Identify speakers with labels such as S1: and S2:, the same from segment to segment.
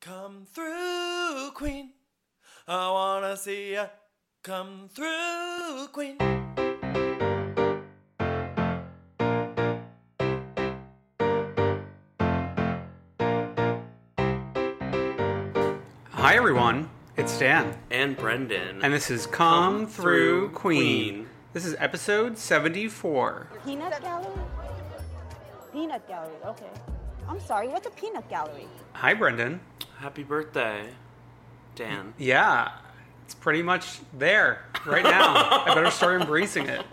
S1: Come through, Queen. I wanna see ya. Come through, Queen.
S2: Hi, everyone. It's Dan.
S1: And Brendan.
S2: And this is Come, Through Queen. This is episode 74.
S3: Peanut gallery? Peanut gallery, okay. I'm sorry, what's a peanut gallery?
S2: Hi, Brendan.
S1: Happy birthday, Dan.
S2: Yeah, it's pretty much there right now. I better start embracing it.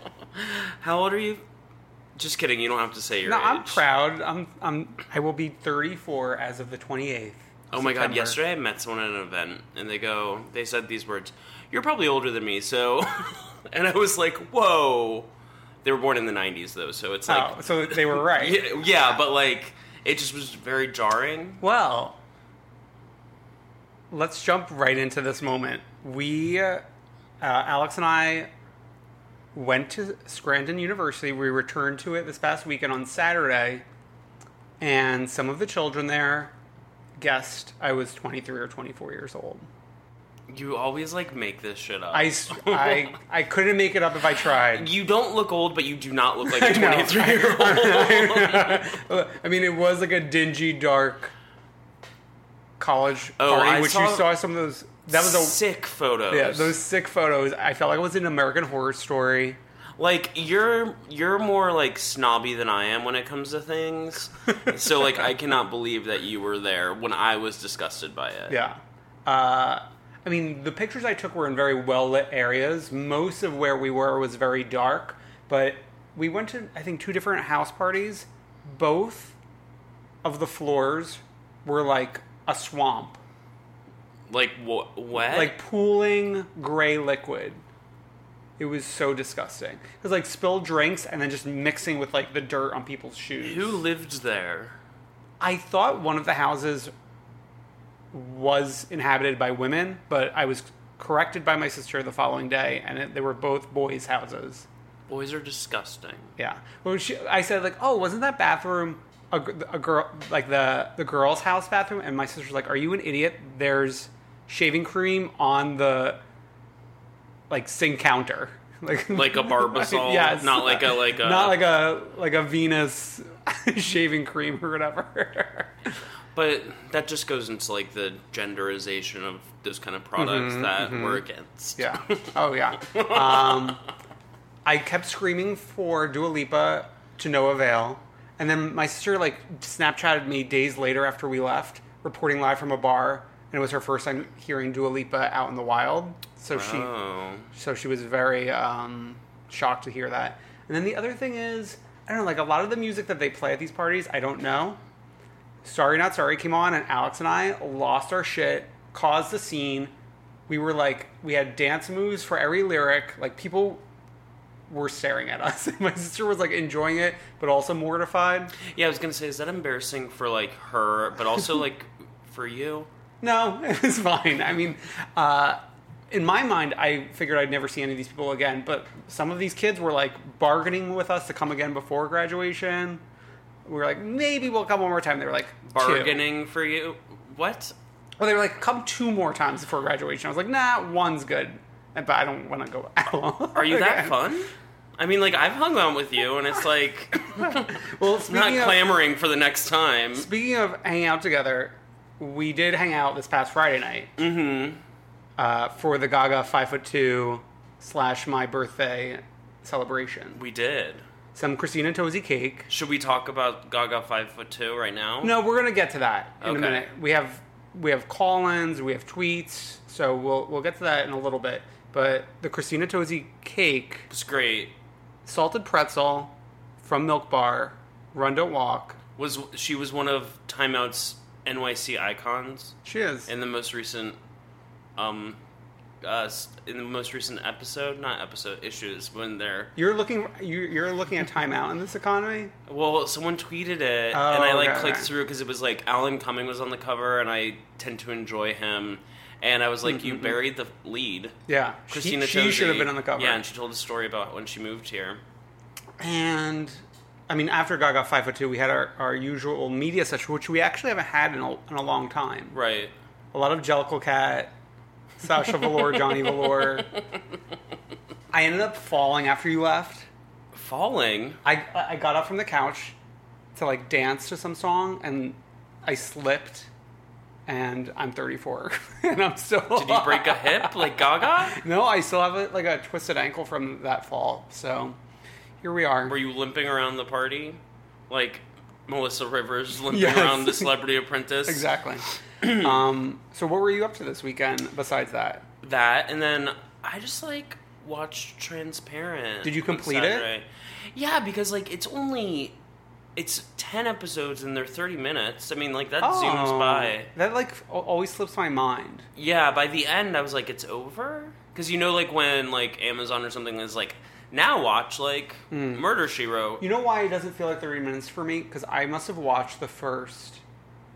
S1: How old are you? Just kidding. You don't have to say your
S2: No,
S1: age.
S2: I'm proud. I'm, I'm, I will be 34 as of the 28th.
S1: Oh my god!
S2: September.
S1: Yesterday I met someone at an event, and they go, they said these words: "You're probably older than me." So, and I was like, "Whoa!" They were born in the '90s, though, so it's like,
S2: oh, so they were right.
S1: yeah, yeah, but like, it just was very jarring.
S2: Well, let's jump right into this moment. We, uh, Alex and I, went to Scranton University. We returned to it this past weekend on Saturday, and some of the children there guessed I was 23 or 24 years old.
S1: You always like make this shit up.
S2: I, s- I- I couldn't make it up if I tried.
S1: you don't look old, but you do not look like a
S2: No.
S1: 23 year old.
S2: Uh, I mean, it was like a dingy, dark college
S1: Oh,
S2: party,
S1: I
S2: which you
S1: saw-
S2: saw some of those. That was a
S1: sick photos.
S2: Yeah, those sick photos. I felt like I was in American Horror Story.
S1: like you're you're more like snobby than I am when it comes to things. so like I cannot believe that you were there when I was disgusted by it.
S2: Yeah. Uh, I mean, the pictures I took were in very well lit areas. Most of where we were was very dark, but we went to, I think, two different house parties. Both of the floors were like a swamp,
S1: Like what? What?
S2: like pooling gray liquid. It was so disgusting. It was like spilled drinks and then just mixing with like the dirt on people's shoes.
S1: who lived there?
S2: I thought one of the houses was inhabited by women, but I was corrected by my sister the following day, and it, they were both boys' houses.
S1: Boys are disgusting.
S2: Yeah. Well, she, I said like, "Oh, wasn't that bathroom a, gr- a girl like the the girls' house bathroom?" And my sister's like, "Are you an idiot? There's shaving cream on the like sink counter." Like,
S1: Like a Barbasol,
S2: yes.
S1: not like a like a
S2: not like a like a Venus shaving cream or whatever.
S1: But that just goes into like the genderization of those kind of products that we're against.
S2: Mm-hmm, Yeah. Oh yeah. Um, I kept screaming for Dua Lipa to no avail, and then my sister like Snapchatted me days later after we left, reporting live from a bar, and it was her first time hearing Dua Lipa out in the wild. So
S1: Oh.
S2: she, so she was very um, shocked to hear that. And then the other thing is, I don't know, like a lot of the music that they play at these parties, I don't know. Sorry Not Sorry came on, and Alex and I lost our shit, caused the scene. We were like, we had dance moves for every lyric. Like, people were staring at us. My sister was like enjoying it, but also mortified.
S1: Yeah, I was gonna say, is that embarrassing for like her, but also like for you?
S2: No, it was fine. I mean, uh, in my mind, I figured I'd never see any of these people again, but some of these kids were like bargaining with us to come again before graduation. We were like, maybe we'll come one more time. They were like, two.
S1: Bargaining for you? What?
S2: Well, they were like, come two more times before graduation. I was like, nah, one's good, but I don't want to go out.
S1: Are you that
S2: again.
S1: fun? I mean, like I've hung out with you, and it's like
S2: Well,
S1: not
S2: speaking of-
S1: clamoring for the next time.
S2: Speaking of hanging out together, we did hang out this past Friday night uh, for the Gaga five foot two slash my birthday celebration.
S1: We did.
S2: Some Christina Tozzi cake.
S1: Should we talk about Gaga five foot two right now?
S2: No, we're gonna get to that in
S1: Okay.
S2: a minute. We have we have call-ins, we have tweets, so we'll we'll get to that in a little bit. But the Christina Tozzi cake,
S1: it's great.
S2: salted pretzel from Milk Bar, Run Don't Walk.
S1: Was she was one of Time Out's NYC icons
S2: She is.
S1: in the most recent, um, uh, s- in the most recent episode, not episode issues when they're
S2: you're looking you- you're looking at timeout in this economy.
S1: Well, someone tweeted it,
S2: Oh,
S1: and I like
S2: okay,
S1: clicked
S2: okay.
S1: through because it was like Alan Cumming was on the cover, and I tend to enjoy him. And I was like, "You buried the lead,
S2: Mm-hmm. Yeah, She-
S1: Christina."
S2: She, should have
S1: Tozzi.
S2: been on the cover.
S1: Yeah, and she told a story about when she moved here.
S2: And I mean, after Gaga Five Foot Two, we had our, our usual media session, which we actually haven't had in a, in a long time.
S1: Right.
S2: A lot of Jellicle Cat, Sasha Velour, Johnny Velour. I ended up falling after you left.
S1: Falling.
S2: I I got up from the couch to like dance to some song, and I slipped. And I'm 34, and I'm still.
S1: Did you break a hip like Gaga?
S2: No, I still have a, like a twisted ankle from that fall. So here we are.
S1: Were you limping around the party, like Melissa Rivers limping
S2: Yes.
S1: around the Celebrity Apprentice?
S2: Exactly. um, so what were you up to this weekend besides that?
S1: that and then i just like watched transparent
S2: Did you
S1: on
S2: complete it?
S1: Saturday. yeah because like it's only it's 10 episodes and they're 30 minutes i mean like that
S2: Oh.
S1: zooms by
S2: That like al- always slips my mind.
S1: yeah by the end i was like it's over because you know like when like amazon or something is like now watch like murder she wrote
S2: Hmm. You know why it doesn't feel like 30 minutes for me? Because I must have watched the first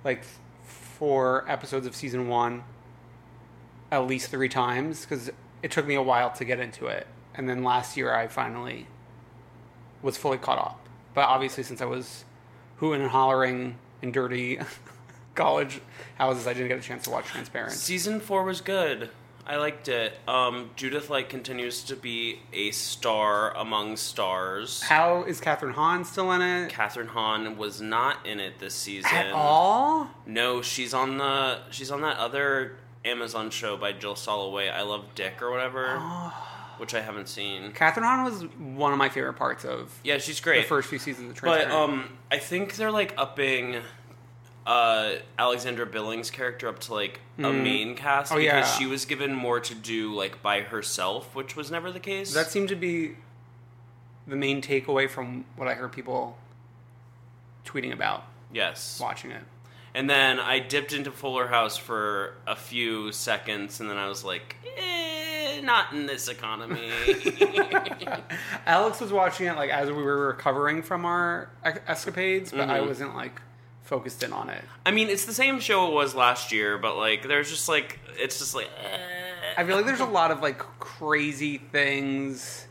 S2: like four episodes of season one at least three times because it took me a while to get into it. And then last year I finally was fully caught up. But obviously, since I was hooting and hollering in dirty college houses, I didn't get a chance to watch Transparent.
S1: season four was good i liked it um judith like continues to be a star among stars
S2: How is Catherine Hahn still in it?
S1: Catherine Hahn was not in it this season
S2: At all?
S1: No, she's on the she's on that other Amazon show by Jill Soloway, I Love Dick or whatever,
S2: Ah.
S1: which I haven't seen.
S2: Catherine Hahn was one of my favorite parts of
S1: Yeah, she's great.
S2: the first few seasons of
S1: but
S2: Transparent.
S1: um, I think they're like upping uh Alexandra Billings' character up to like a main cast
S2: Oh,
S1: because
S2: yeah.
S1: she was given more to do like by herself, which was never the case.
S2: That seemed to be the main takeaway from what I heard people tweeting about
S1: yes.
S2: watching it.
S1: And then I dipped into Fuller House for a few seconds, and then I was like, eh, not in this economy.
S2: Alex was watching it like as we were recovering from our ex- escapades, but
S1: Mm-hmm.
S2: I wasn't like focused in on it.
S1: I mean, it's the same show it was last year, but like, there's just like, it's just like, eh.
S2: I feel like there's a lot of like crazy things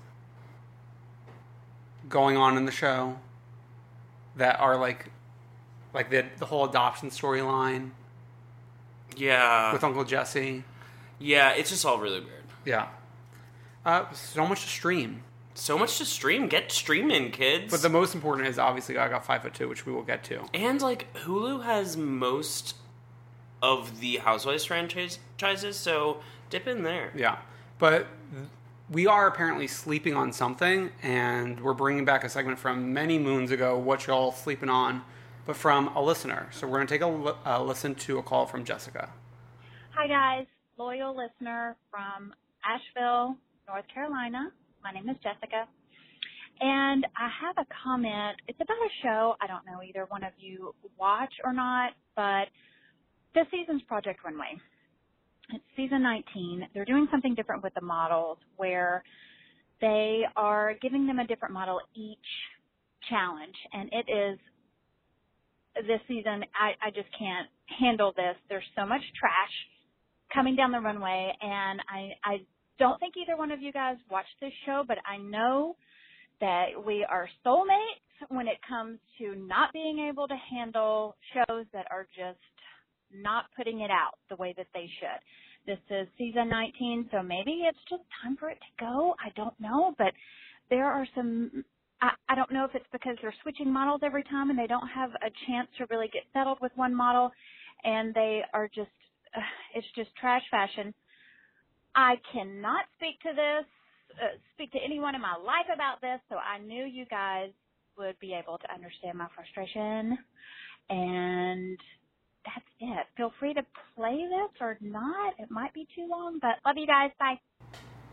S2: going on in the show that are like like the the whole adoption storyline
S1: yeah,
S2: with Uncle Jesse.
S1: yeah. It's just all really weird.
S2: Yeah. Uh, so much to stream.
S1: So much to stream. Get streaming, kids.
S2: But the most important is obviously I got five foot two, which we will get to.
S1: and like Hulu has most of the Housewives franchises, so dip in there.
S2: Yeah, but we are apparently sleeping on something, and we're bringing back a segment from many moons ago. What y'all sleeping on? But from a listener. So we're gonna take a, li- a listen to a call from Jessica.
S4: Hi, guys. Loyal listener from Asheville, North Carolina. My name is Jessica. And I have a comment. It's about a show. I don't know either one of you watch or not, but this season's Project Runway. It's season 19. They're doing something different with the models where They are giving them a different model each challenge, and it is this season. I, I just can't handle this. There's so much trash coming down the runway, and I, I don't think either one of you guys watch this show, but I know that we are soulmates when it comes to not being able to handle shows that are just not putting it out the way that they should. This is season 19, so maybe it's just time for it to go. I don't know, but there are some. I, I don't know if it's because they're switching models every time and they don't have a chance to really get settled with one model, and they are just. Uh, it's just trash fashion. I cannot speak to this, uh, speak to anyone in my life about this, so I knew you guys would be able to understand my frustration. And that's it. Feel free to play this or not. It might be too long, but love you guys. Bye.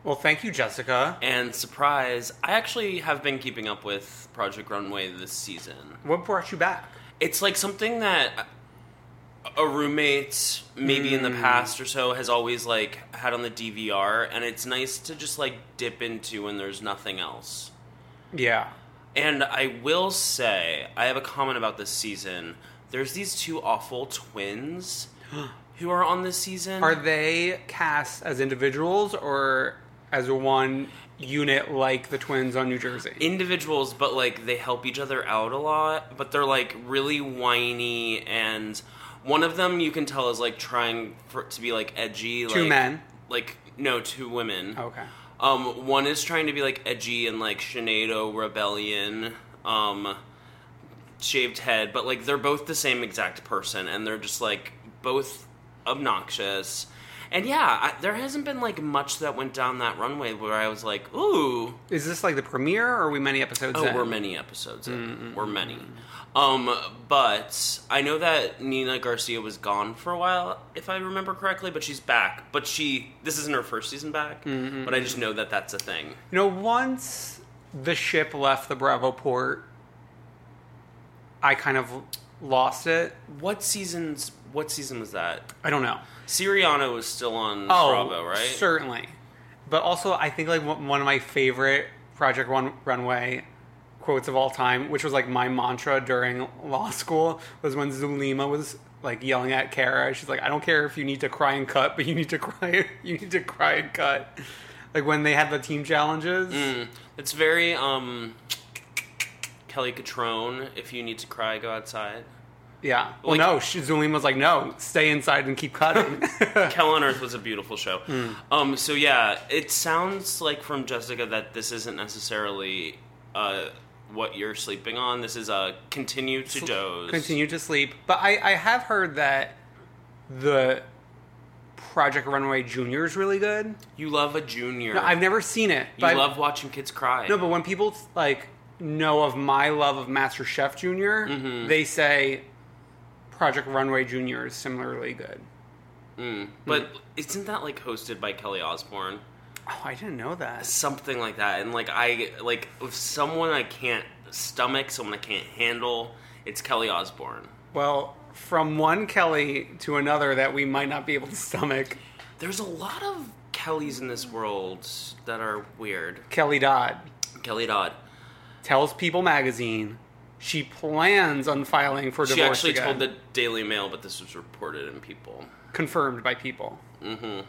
S2: Well, thank you, Jessica.
S1: And surprise, I actually have been keeping up with Project Runway this season.
S2: What brought you back?
S1: It's like something that a roommate, maybe in the past or so, has always like had on the DVR, and it's nice to just like dip into when there's nothing else.
S2: Yeah.
S1: And I will say, I have a comment about this season. There's these two awful twins who are on this season.
S2: Are they cast as individuals or as one unit like the twins on New Jersey?
S1: individuals, but like they help each other out a lot. But they're like really whiny, and one of them you can tell is like trying for, to be like edgy.
S2: Two
S1: like,
S2: men? Oh,
S1: Like no, two women.
S2: okay.
S1: Um, one is trying to be like edgy and like Sinead Rebellion, um, shaved head, but like they're both the same exact person, and they're just like both obnoxious. And yeah, I, there hasn't been like much that went down that runway where I was like, ooh,
S2: Is this like the premiere or are we many episodes
S1: Oh,
S2: in?
S1: we're many episodes in. We're many. Um, but I know that Nina Garcia was gone for a while, if I remember correctly, but she's back. But she, this isn't her first season back, but I just know that that's a thing.
S2: You know, once the ship left the Bravo port, I kind of lost it.
S1: What seasons, what season was that?
S2: I don't know.
S1: Siriano was still on
S2: Oh,
S1: Bravo, right?
S2: Certainly. But also, I think like one one of my favorite Project Run- Runway quotes of all time, which was like my mantra during law school, was when Zulima was like yelling at Kara. She's like, "I don't care if you need to cry and cut, but you need to cry. You need to cry and cut." Like when they had the team challenges.
S1: Mm. It's very, um, Kelly Catrone, if you need to cry, go outside.
S2: Yeah. Well,
S1: Like-
S2: no, she, Zulima's like, "No, stay inside and keep cutting."
S1: Hell on Earth was a beautiful show.
S2: Hmm.
S1: Um, so yeah, it sounds like from Jessica that this isn't necessarily uh, what you're sleeping on. This is a continue to doze.
S2: continue to sleep. But I, I have heard that the Project Runway Junior is really good.
S1: You love a junior.
S2: No, I've never seen it.
S1: You
S2: But I-
S1: love watching kids cry.
S2: no, but when people like know of my love of Master Chef Junior,
S1: Mm-hmm.
S2: they say Project Runway Junior is similarly good.
S1: Hmm.
S2: Hmm.
S1: But isn't that like hosted by Kelly Osbourne?
S2: Oh, I didn't know that.
S1: Something like that. And like I like if someone I can't stomach, someone I can't handle, it's Kelly Osbourne.
S2: Well, from one Kelly to another that we might not be able to stomach.
S1: There's a lot of Kellys in this world that are weird.
S2: Kelly Dodd
S1: Kelly Dodd.
S2: tells People magazine she plans on filing for divorce.
S1: She actually
S2: again.
S1: told the Daily Mail, but this was reported in People.
S2: confirmed by people. Mm-hmm.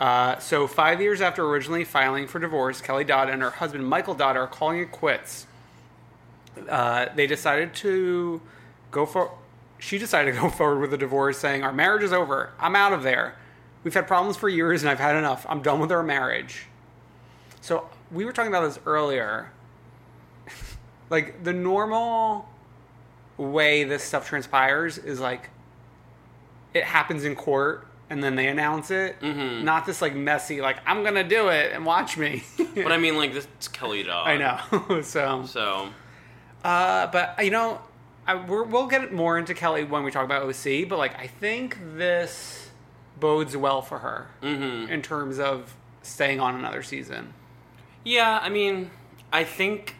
S2: Uh, so five years after originally filing for divorce, Kelly Dodd and her husband Michael Dodd are calling it quits. Uh, they decided to go for. She decided to go forward with a divorce, saying, "Our marriage is over. I'm out of there. We've had problems for years, and I've had enough. I'm done with our marriage." So we were talking about this earlier. like the normal way this stuff transpires is like it happens in court and then they announce it. Mm-hmm. Not this like messy, like I'm gonna do it and watch me.
S1: But I mean, like, this is Kelly Dodd.
S2: I know. so,
S1: So,
S2: uh, but you know, I, we're, we'll get more into Kelly when we talk about OC. But like, I think this bodes well for her in terms of staying on another season.
S1: yeah, I mean, I think,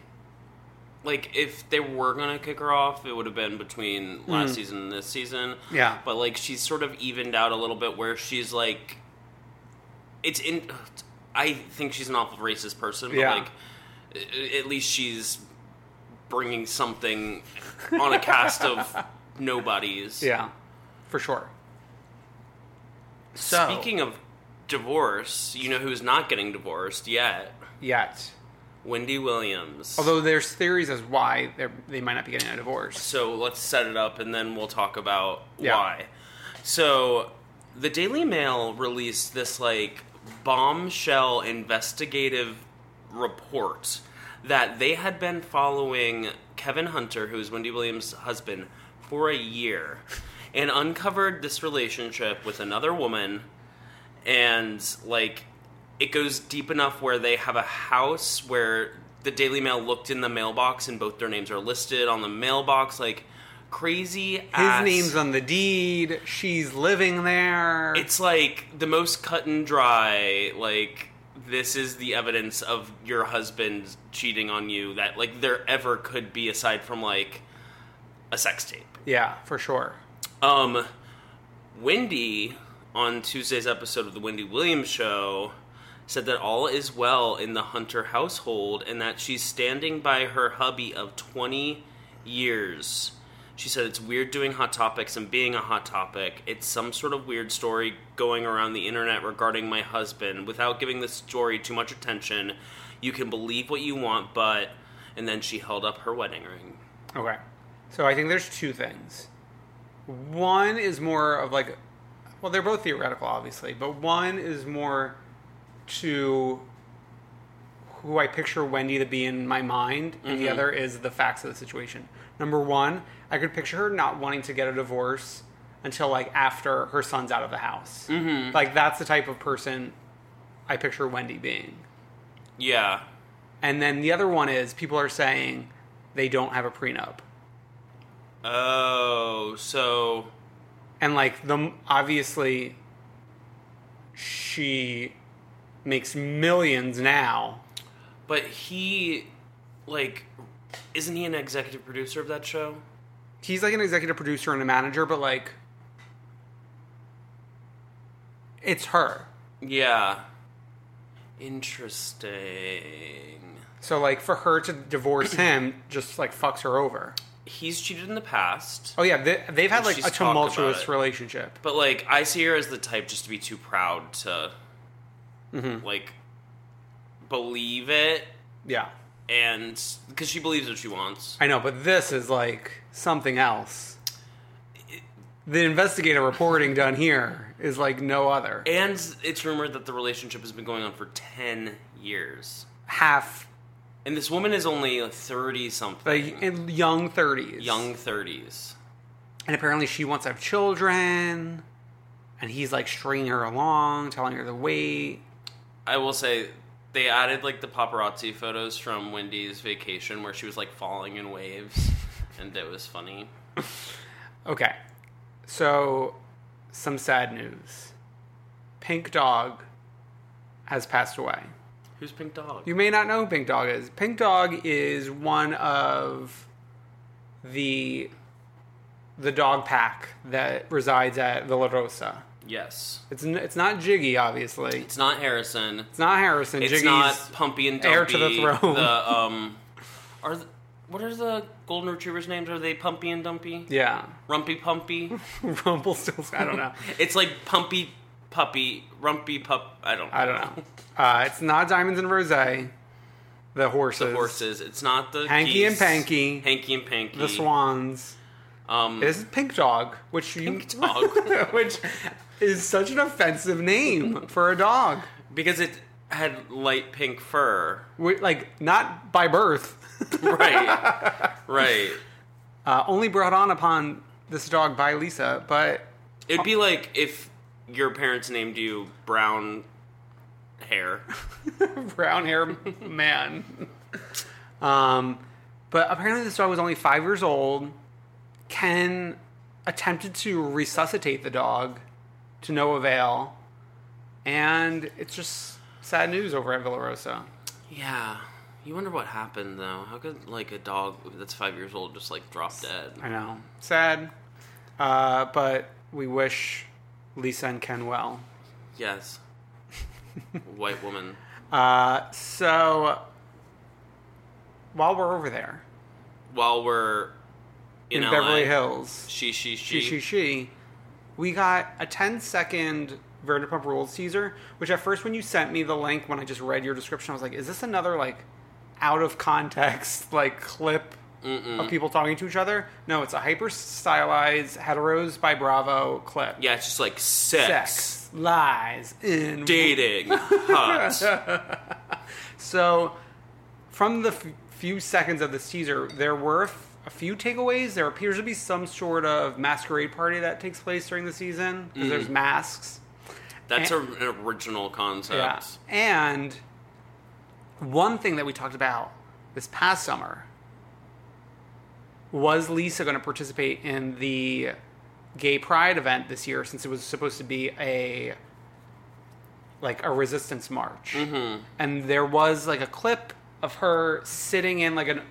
S1: like, if they were going to kick her off, it would have been between last season and this season.
S2: Hmm. Yeah.
S1: But, like, she's sort of evened out a little bit where she's, like, it's in. I think she's an awful racist person, but
S2: Yeah.
S1: like, a- at least she's bringing something on a cast of nobodies.
S2: Yeah, for sure. So,
S1: Speaking of divorce, you know who's not getting divorced yet?
S2: yet,
S1: Wendy Williams.
S2: although there's theories as why they're- they might not be getting a divorce.
S1: So let's set it up and then we'll talk about
S2: Yeah.
S1: why. So the Daily Mail released this like bombshell investigative report that they had been following Kevin Hunter, who is Wendy Williams' husband, for a year and uncovered this relationship with another woman and like it goes deep enough where they have a house where the Daily Mail looked in the mailbox and both their names are listed on the mailbox, like crazy.
S2: His name's on the deed. She's living there.
S1: It's like the most cut and dry. Like this is the evidence of your husband cheating on you that like there ever could be aside from like a sex tape.
S2: yeah, for sure.
S1: Um, Wendy on Tuesday's episode of the Wendy Williams Show said that all is well in the Hunter household and that she's standing by her hubby of 20 years. She said it's weird doing hot topics and being a hot topic. It's some sort of weird story going around the internet regarding my husband. Without giving the story too much attention, you can believe what you want, but. And then she held up her wedding ring.
S2: Okay. So I think there's two things. One is more of like, well, they're both theoretical, obviously, but one is more to who I picture Wendy to be in my mind, and the other is the facts of the situation. Number one, I could picture her not wanting to get a divorce until like after her son's out of the house. Mm-hmm. Like, that's the type of person I picture Wendy being.
S1: Yeah.
S2: And then the other one is people are saying they don't have a prenup.
S1: Oh, so
S2: and like the obviously she makes millions now
S1: But he, like, isn't he an executive producer of that show?
S2: he's like an executive producer and a manager but like it's her
S1: Yeah. Interesting.
S2: so like for her to divorce him just like fucks her over
S1: He's cheated in the past.
S2: oh yeah they, they've had
S1: And
S2: like
S1: she's
S2: a
S1: talked about
S2: tumultuous
S1: it.
S2: relationship
S1: But, like, I see her as the type just to be too proud to,
S2: Mm-hmm.
S1: like, believe it.
S2: yeah
S1: And because she believes what she wants.
S2: i know but this is like something else the investigative reporting done here is like no other
S1: And it's rumored that the relationship has been going on for 10 years.
S2: half
S1: And this woman is only like 30
S2: like
S1: something.
S2: in young 30s
S1: Young 30s.
S2: and apparently she wants to have children and he's like stringing her along telling her to wait
S1: I will say they added like the paparazzi photos from Wendy's vacation where she was like falling in waves, and it was funny.
S2: okay so some sad news pink dog has passed away
S1: Who's Pink Dog?
S2: you may not know who pink dog is pink dog is one of the the dog pack that resides at villarosa
S1: yes,
S2: it's, n- it's not jiggy obviously
S1: it's not Harrison.
S2: it's not harrison
S1: It's
S2: jiggy's
S1: not Pumpy and Dumpy.
S2: heir to the throne.
S1: The um, are th- what are the golden retrievers' names? Are they Pumpy and Dumpy?
S2: yeah
S1: Rumpy Pumpy.
S2: rumpelstiltskin i don't know
S1: it's like Pumpy Puppy, Rumpy Pup. I don't.
S2: I don't know. Uh, it's not Diamonds and Rose, the horses,
S1: The horses. It's not the
S2: Hanky and
S1: geese.
S2: Panky.
S1: Hanky and Panky.
S2: the swans.
S1: Um,
S2: This is Pink Dog, which
S1: Pink
S2: you,
S1: Dog.
S2: which is such an offensive name for a dog.
S1: because it had light pink fur.
S2: Wh- Like not by birth,
S1: right, right.
S2: uh, only brought on upon this dog by Lisa. But
S1: It'd be like if your parents named you brown hair.
S2: brown hair man. Um, but apparently this dog was only five years old. Ken attempted to resuscitate the dog to no avail. And it's just sad news over at Villarosa.
S1: Yeah. You wonder what happened though. How could like a dog that's five years old just like drop dead?
S2: I know. Sad. Uh, but we wish Lisa and Ken well.
S1: Yes. White woman.
S2: Uh, so while we're over there
S1: While we're
S2: in,
S1: in, LA,
S2: Beverly Hills,
S1: She, she,
S2: she,
S1: she.
S2: she, she, we got a 10 second Vanderpump Rules teaser, which at first when you sent me the link, when I just read your description, I was like, is this another like out of context, like clip of people talking to each other? No, it's a hyper stylized heteros by Bravo clip.
S1: Yeah, it's just like sex,
S2: Sex, lies, and
S1: dating, hot.
S2: So, from the f- few seconds of this teaser, there were f- a few takeaways. There appears to be some sort of masquerade party that takes place during the season because there's masks.
S1: That's
S2: Eh.
S1: a, an original concept.
S2: And one thing that we talked about this past summer was Lisa going to participate in the gay pride event this year since it was supposed to be a like a resistance march. And there was like a clip of her sitting in like an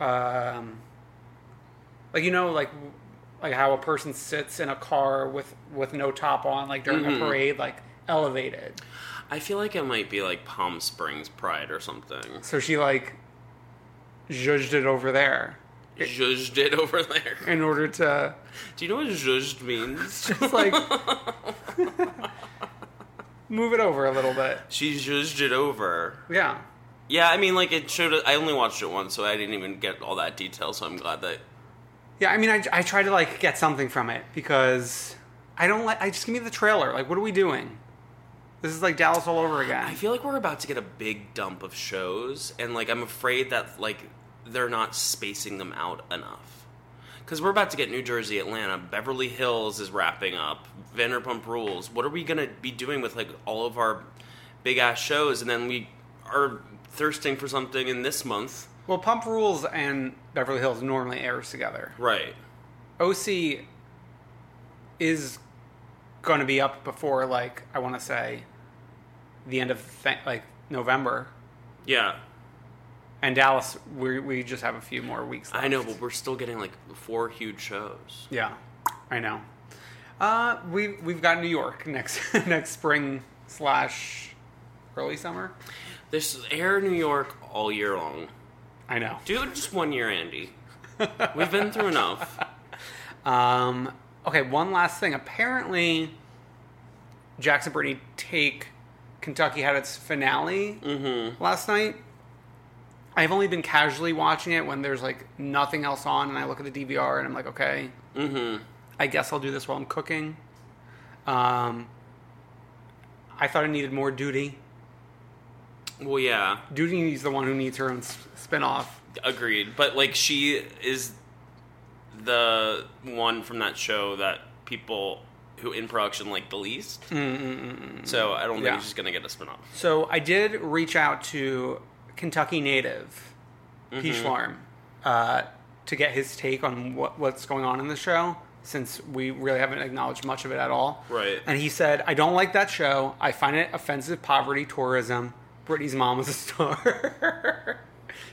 S2: um like you know like like how a person sits in a car with with no top on like during a parade like elevated.
S1: I feel like it might be like Palm Springs Pride or something.
S2: So she like judged it over there
S1: Zhuzhed it over there.
S2: in order to
S1: Do you know what zhuzhed means?
S2: just like move it over a little bit.
S1: she zhuzhed it over.
S2: Yeah.
S1: Yeah, I mean, like it showed. I only watched it once, so I didn't even get all that detail. So I'm glad that
S2: Yeah, I mean I I try to like get something from it because I don't like I just give me the trailer. Like what are we doing? This is like Dallas all over again.
S1: I feel like we're about to get a big dump of shows, and like I'm afraid that like they're not spacing them out enough. Because we're about to get New Jersey, Atlanta, Beverly Hills is wrapping up, Vanderpump Rules. What are we gonna be doing with like all of our big ass shows? And then we are thirsting for something in this month,
S2: well, Pump Rules and Beverly Hills normally airs together.
S1: right?
S2: OC is going to be up before like I want to say the end of th- like November,
S1: Yeah,
S2: and Dallas we we just have a few more weeks. Left.
S1: I know, but we're still getting like four huge shows.
S2: yeah, I know. Uh, we we've got New York next next spring slash early summer.
S1: This is Air New York all year long.
S2: I know.
S1: Do it just one year, Andy. We've been through enough.
S2: Um, okay, one last thing. Apparently, Jackson Brittany take Kentucky had its finale last night. I've only been casually watching it when there's like nothing else on, and I look at the DVR and I'm like, okay, mm-hmm. I guess I'll do this while I'm cooking. Um, I thought I needed more duty.
S1: Well, yeah.
S2: Duty needs the one who needs her own s- spin-off.
S1: Agreed. But like she is the one from that show that people who in production like the least.
S2: Hmm,
S1: So I don't think
S2: Yeah.
S1: she's gonna get a spinoff.
S2: So I did reach out to Kentucky native
S1: Mm-hmm.
S2: Peach Larm uh, to get his take on what, what's going on in the show, since we really haven't acknowledged much of it at all.
S1: Right.
S2: And he said, "I don't like that show. I find it offensive poverty tourism. Britney's mom is a star."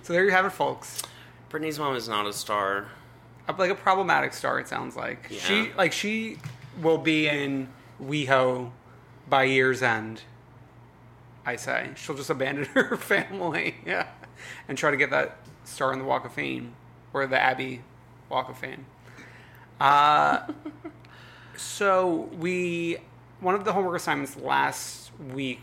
S2: so there you have it, folks.
S1: Brittany's mom is not a star.
S2: Up Like a problematic star, it sounds like she
S1: Yeah.
S2: like she will be in WeHo by year's end. I say. She'll just abandon her family yeah, and try to get that star on the Walk of Fame or the Abbey Walk of Fame. Uh, so we, one of the homework assignments last week,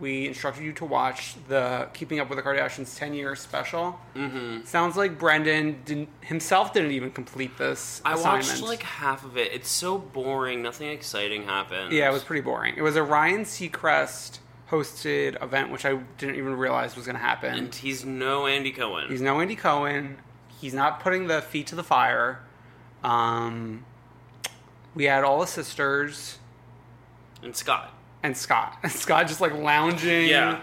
S2: we instructed you to watch the Keeping Up with the Kardashians 10 year special. Mm-hmm. Sounds like Brendan didn't, himself didn't even complete this
S1: I
S2: assignment.
S1: watched like half of it. It's so boring. Nothing exciting happens.
S2: Yeah, it was pretty boring. It was a Ryan Seacrest hosted event, which I didn't even realize was going to happen.
S1: And he's no Andy Cohen.
S2: He's no Andy Cohen. He's not putting the feet to the fire. Um, we had all the sisters
S1: and Scott.
S2: and Scott. Scott just like lounging,
S1: Yeah.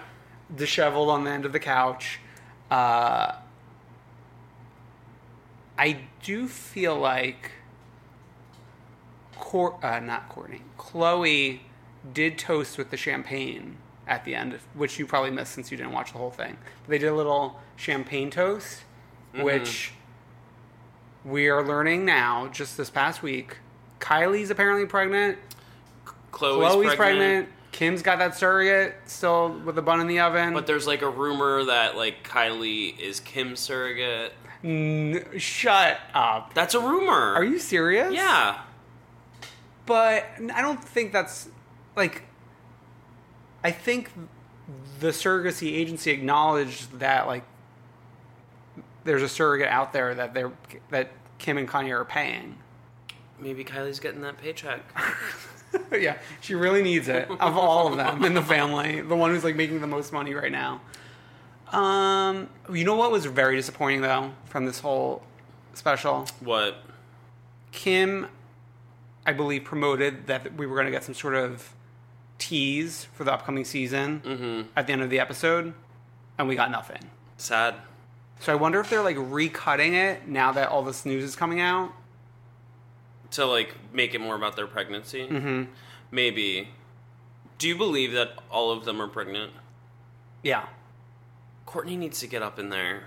S2: disheveled on the end of the couch. Uh, I do feel like Cor- uh, not Courtney, Chloe did toast with the champagne at the end, which you probably missed since you didn't watch the whole thing. They did a little champagne toast, which we are learning now. Just this past week, Kylie's apparently pregnant.
S1: Chloe's,
S2: Chloe's
S1: pregnant.
S2: pregnant. Kim's got that surrogate still with the bun in the oven.
S1: But there's like a rumor that like Kylie is Kim's surrogate.
S2: N- shut up.
S1: That's a rumor.
S2: Are you serious?
S1: Yeah.
S2: But I don't think that's like. I think the surrogacy agency acknowledged that like there's a surrogate out there that they're that Kim and Kanye are paying.
S1: Maybe Kylie's getting that paycheck.
S2: yeah, she really needs it. Of all of them in the family, the one who's like making the most money right now. Um, you know what was very disappointing though from this whole special?
S1: what?
S2: Kim, I believe, promoted that we were going to get some sort of tease for the upcoming season at the end of the episode, and we got nothing.
S1: Sad.
S2: So I wonder if they're like recutting it now that all this news is coming out.
S1: To like make it more about their pregnancy. Mm-hmm. Maybe. Do you believe that all of them are pregnant?
S2: Yeah.
S1: Courtney needs to get up in there.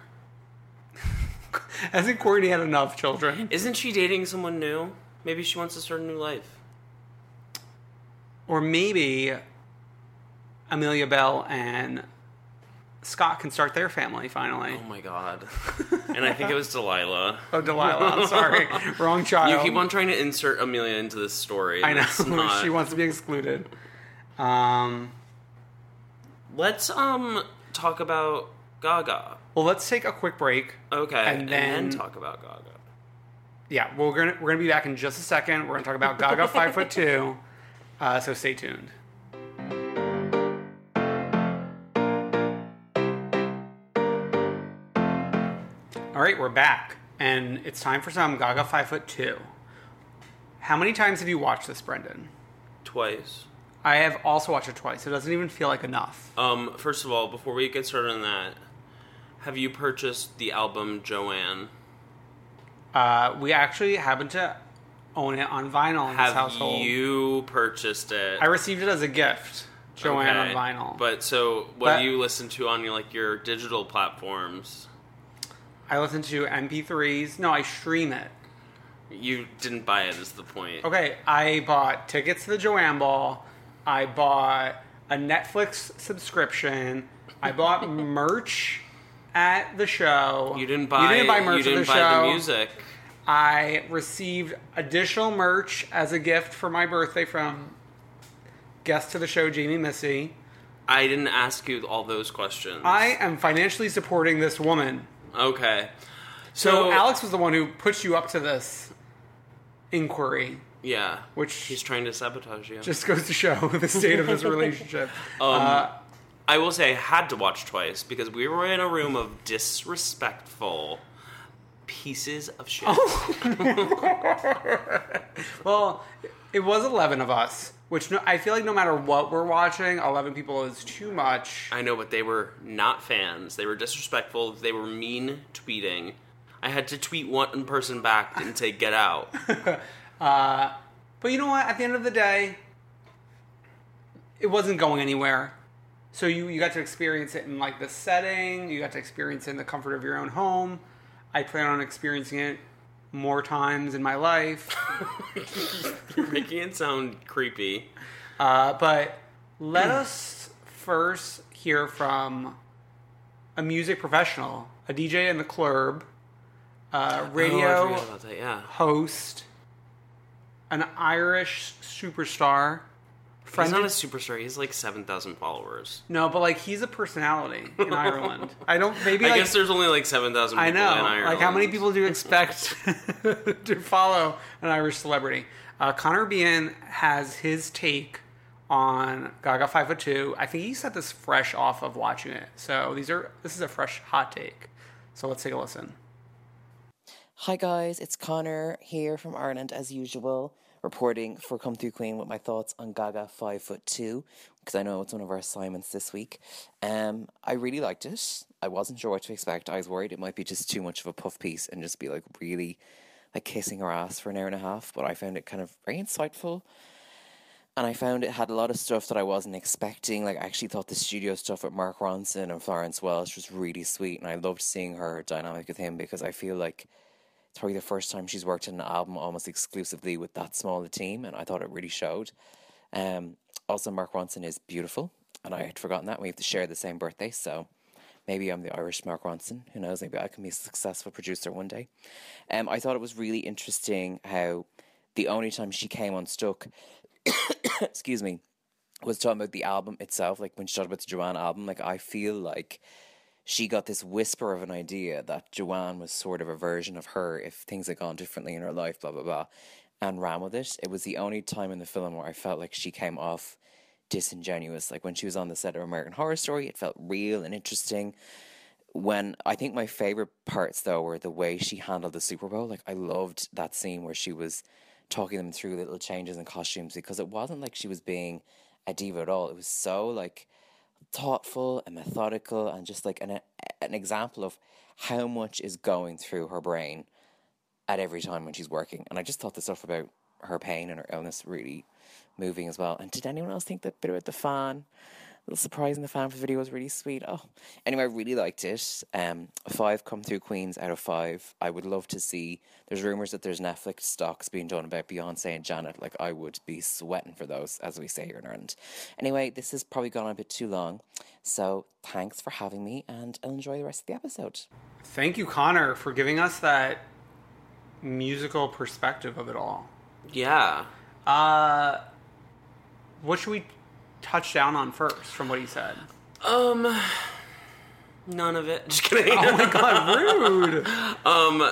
S2: Hasn't Courtney had enough children?
S1: Isn't she dating someone new? Maybe she wants to start a new life.
S2: Or maybe Amelia Bell and Scott can start their family finally.
S1: Oh my god. and I think it was Delilah.
S2: Oh, Delilah, I'm sorry. Wrong child.
S1: You keep on trying to insert Amelia into this story.
S2: I know.
S1: It's not-
S2: she wants to be excluded. Um,
S1: Let's um talk about Gaga.
S2: well, let's take a quick break.
S1: Okay.
S2: And then-
S1: talk about Gaga.
S2: Yeah, we're gonna we're gonna be back in just a second. We're gonna talk about Gaga five foot two. Uh, so stay tuned. All right, we're back, and it's time for some Gaga five foot two. How many times have you watched this, Brendan?
S1: Twice.
S2: I have also watched it twice. It doesn't even feel like enough.
S1: Um, first of all, before we get started on that, have you purchased the album Joanne?
S2: Uh, we actually happen to own it on vinyl in this
S1: Have
S2: household.
S1: you purchased it?
S2: I received it as a gift, Joanne
S1: Okay.
S2: on vinyl.
S1: But so what
S2: But-
S1: do you listen to on your like your digital platforms?
S2: I listen to MP3s. No, I stream it.
S1: You didn't buy it is the point.
S2: Okay, I bought tickets to the Joanne Ball. I bought a Netflix subscription. I bought merch at the show.
S1: You didn't buy
S2: You didn't buy merch
S1: you didn't
S2: at the
S1: buy
S2: show.
S1: the music.
S2: I received additional merch as a gift for my birthday from guest to the show Jamie Missy.
S1: I didn't ask you all those questions.
S2: I am financially supporting this woman.
S1: Okay.
S2: So
S1: So,
S2: Alex was the one who pushed you up to this inquiry,
S1: yeah,
S2: which
S1: he's trying to sabotage you.
S2: just goes to show the state of this relationship. Uh,
S1: I will say I had to watch twice because we were in a room of disrespectful pieces of shit.
S2: Oh. well, it was eleven of us, which no, I feel like no matter what we're watching, eleven people is too much.
S1: I know, but they were not fans. They were disrespectful. They were mean tweeting. I had to tweet one person back and say, get out.
S2: But you know what? At the end of the day, it wasn't going anywhere. So you, you got to experience it in like the setting. You got to experience it in the comfort of your own home. I plan on experiencing it more times in my life.
S1: You're making it sound creepy.
S2: Uh, but let us first hear from a music professional, a DJ in the club, uh,
S1: Oh, I
S2: radio
S1: forgot about that, yeah.
S2: host, an Irish superstar. Friend
S1: He's not a superstar. He's like 7,000 followers.
S2: no, but like he's a personality in Ireland. I don't. Maybe
S1: I
S2: like,
S1: guess there's only like 7,000 people
S2: I know.
S1: in Ireland.
S2: Like, how many people do you expect to follow an Irish celebrity? Uh, Connor Bean has his take on Gaga Five Foot Two. I think he said this fresh off of watching it. So these are this is a fresh hot take. So let's take a listen.
S5: Hi guys, it's Connor here from Ireland as usual, reporting for Come Through Queen with my thoughts on Gaga Five Foot Two, because I know it's one of our assignments this week. Um, I really liked it. I wasn't sure what to expect. I was worried it might be just too much of a puff piece and just be like really like kissing her ass for an hour and a half, but I found it kind of very insightful and I found it had a lot of stuff that I wasn't expecting. Like I actually thought the studio stuff with Mark Ronson and Florence Welsh was really sweet, and I loved seeing her dynamic with him because I feel like it's probably the first time she's worked on an album almost exclusively with that small a team, and I thought it really showed. Um,
S6: Also, Mark Ronson is beautiful, and I had forgotten that. We have to share the same birthday, so maybe I'm the Irish Mark Ronson. Who knows? Maybe I can be a successful producer one day. Um, I thought it was really interesting how the only time she came unstuck, excuse me, was talking about the album itself. Like when she talked about the Joanne album, like I feel like she got this whisper of an idea that Joanne was sort of a version of her if things had gone differently in her life, blah blah blah, and ran with it. It was the only time in the film where I felt like she came off disingenuous. Like when she was on the set of American Horror Story, it felt real and interesting. When I think my favorite parts though were the way she handled the Super Bowl. Like I loved that scene where she was talking them through little changes in costumes because it wasn't like she was being a diva at all. It was so like thoughtful and methodical and just like an an example of how much is going through her brain at every time when she's working. And I just thought the stuff about her pain and her illness really moving as well. And did anyone else think that bit about the fan? little surprise in the fan for video was really sweet. Oh, anyway, I really liked it. Um, five come through queens out of five. I would love to see. There's rumors that there's Netflix stocks being done about Beyonce and Janet. Like I would be sweating for those, as we say here in Ireland. Anyway, this has probably gone a bit too long, so thanks for having me, and I'll enjoy the rest of the episode.
S2: Thank you, Connor, for giving us that musical perspective of it all.
S1: Yeah.
S2: Uh, what should we touch down on first from what he said?
S1: Um, none of it. Just kidding.
S2: Oh my god, rude!
S1: um,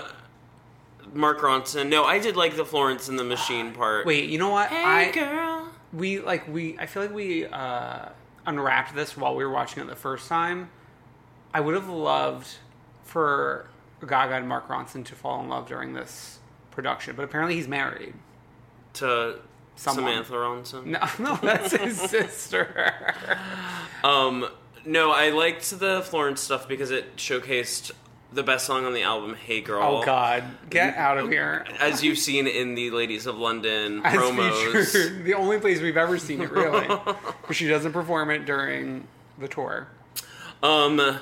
S1: Mark Ronson. No, I did like the Florence and the Machine part.
S2: Wait, you know what?
S1: Hey,
S2: I
S1: girl.
S2: we like we I feel like we uh, unwrapped this while we were watching it the first time. I would have loved for Gaga and Mark Ronson to fall in love during this production, but apparently he's married.
S1: To
S2: Someone.
S1: Samantha Ronson.
S2: No, no, that's his sister.
S1: Um, no, I liked the Florence stuff because it showcased the best song on the album, "Hey Girl."
S2: Oh God, get out of here!
S1: As you've seen in the Ladies of London
S2: As
S1: promos.
S2: featured, the only place we've ever seen it really, but she doesn't perform it during the tour.
S1: Um,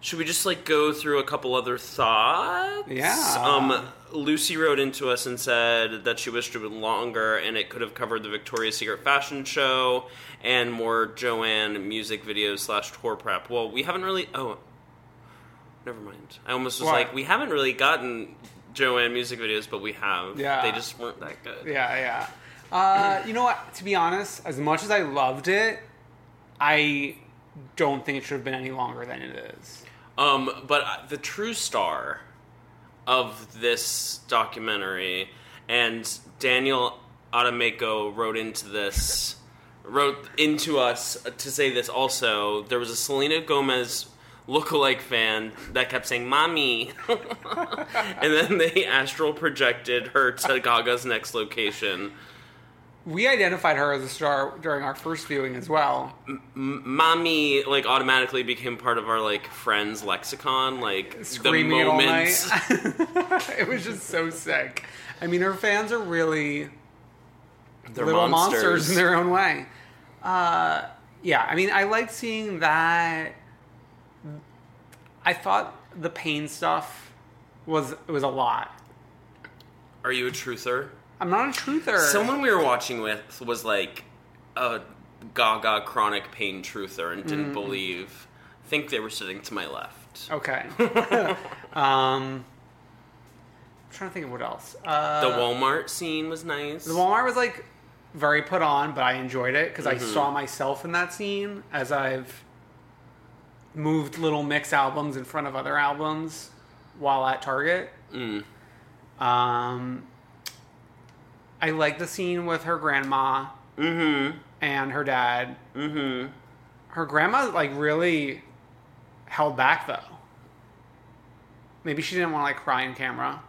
S1: should we just like go through a couple other thoughts?
S2: Yeah.
S1: Um, Lucy wrote into us and said that she wished it was longer and it could have covered the Victoria's Secret fashion show and more Joanne music videos slash tour prep. Well, we haven't really. Oh, never mind. I almost was
S2: What?
S1: like, we haven't really gotten Joanne music videos, but we have.
S2: Yeah.
S1: They just weren't that good.
S2: Yeah, yeah. Uh, you know what? To be honest, as much as I loved it, I don't think it should have been any longer than it is.
S1: Um, but uh, the true star of this documentary, and Daniel Adameko wrote into this, wrote into us to say this also. There was a Selena Gomez lookalike fan that kept saying "mommy," and then they astral projected her to Gaga's next location.
S2: We identified her as a star during our first viewing as well.
S1: mommy like automatically became part of our like friends lexicon like
S2: Screaming
S1: the
S2: it all
S1: moment
S2: night. it was just so sick. I mean, her fans are really
S1: they're
S2: little monsters. in their own way. Uh, yeah, I mean, I liked seeing that. I thought the pain stuff was was a lot.
S1: are you a truther
S2: I'm not a truther.
S1: someone we were watching with was like a gaga chronic pain truther and didn't
S2: Mm.
S1: believe i think they were sitting to my left
S2: Okay. um, I'm trying to think of what else. Uh,
S1: the walmart scene was nice
S2: the Walmart was like very put on, but I enjoyed it because I saw myself in that scene as I've moved Little Mix albums in front of other albums while at Target. Um, I like the scene with her grandma and her dad. Mm-hmm. Her grandma like really held back though. Maybe she didn't want to like cry in camera.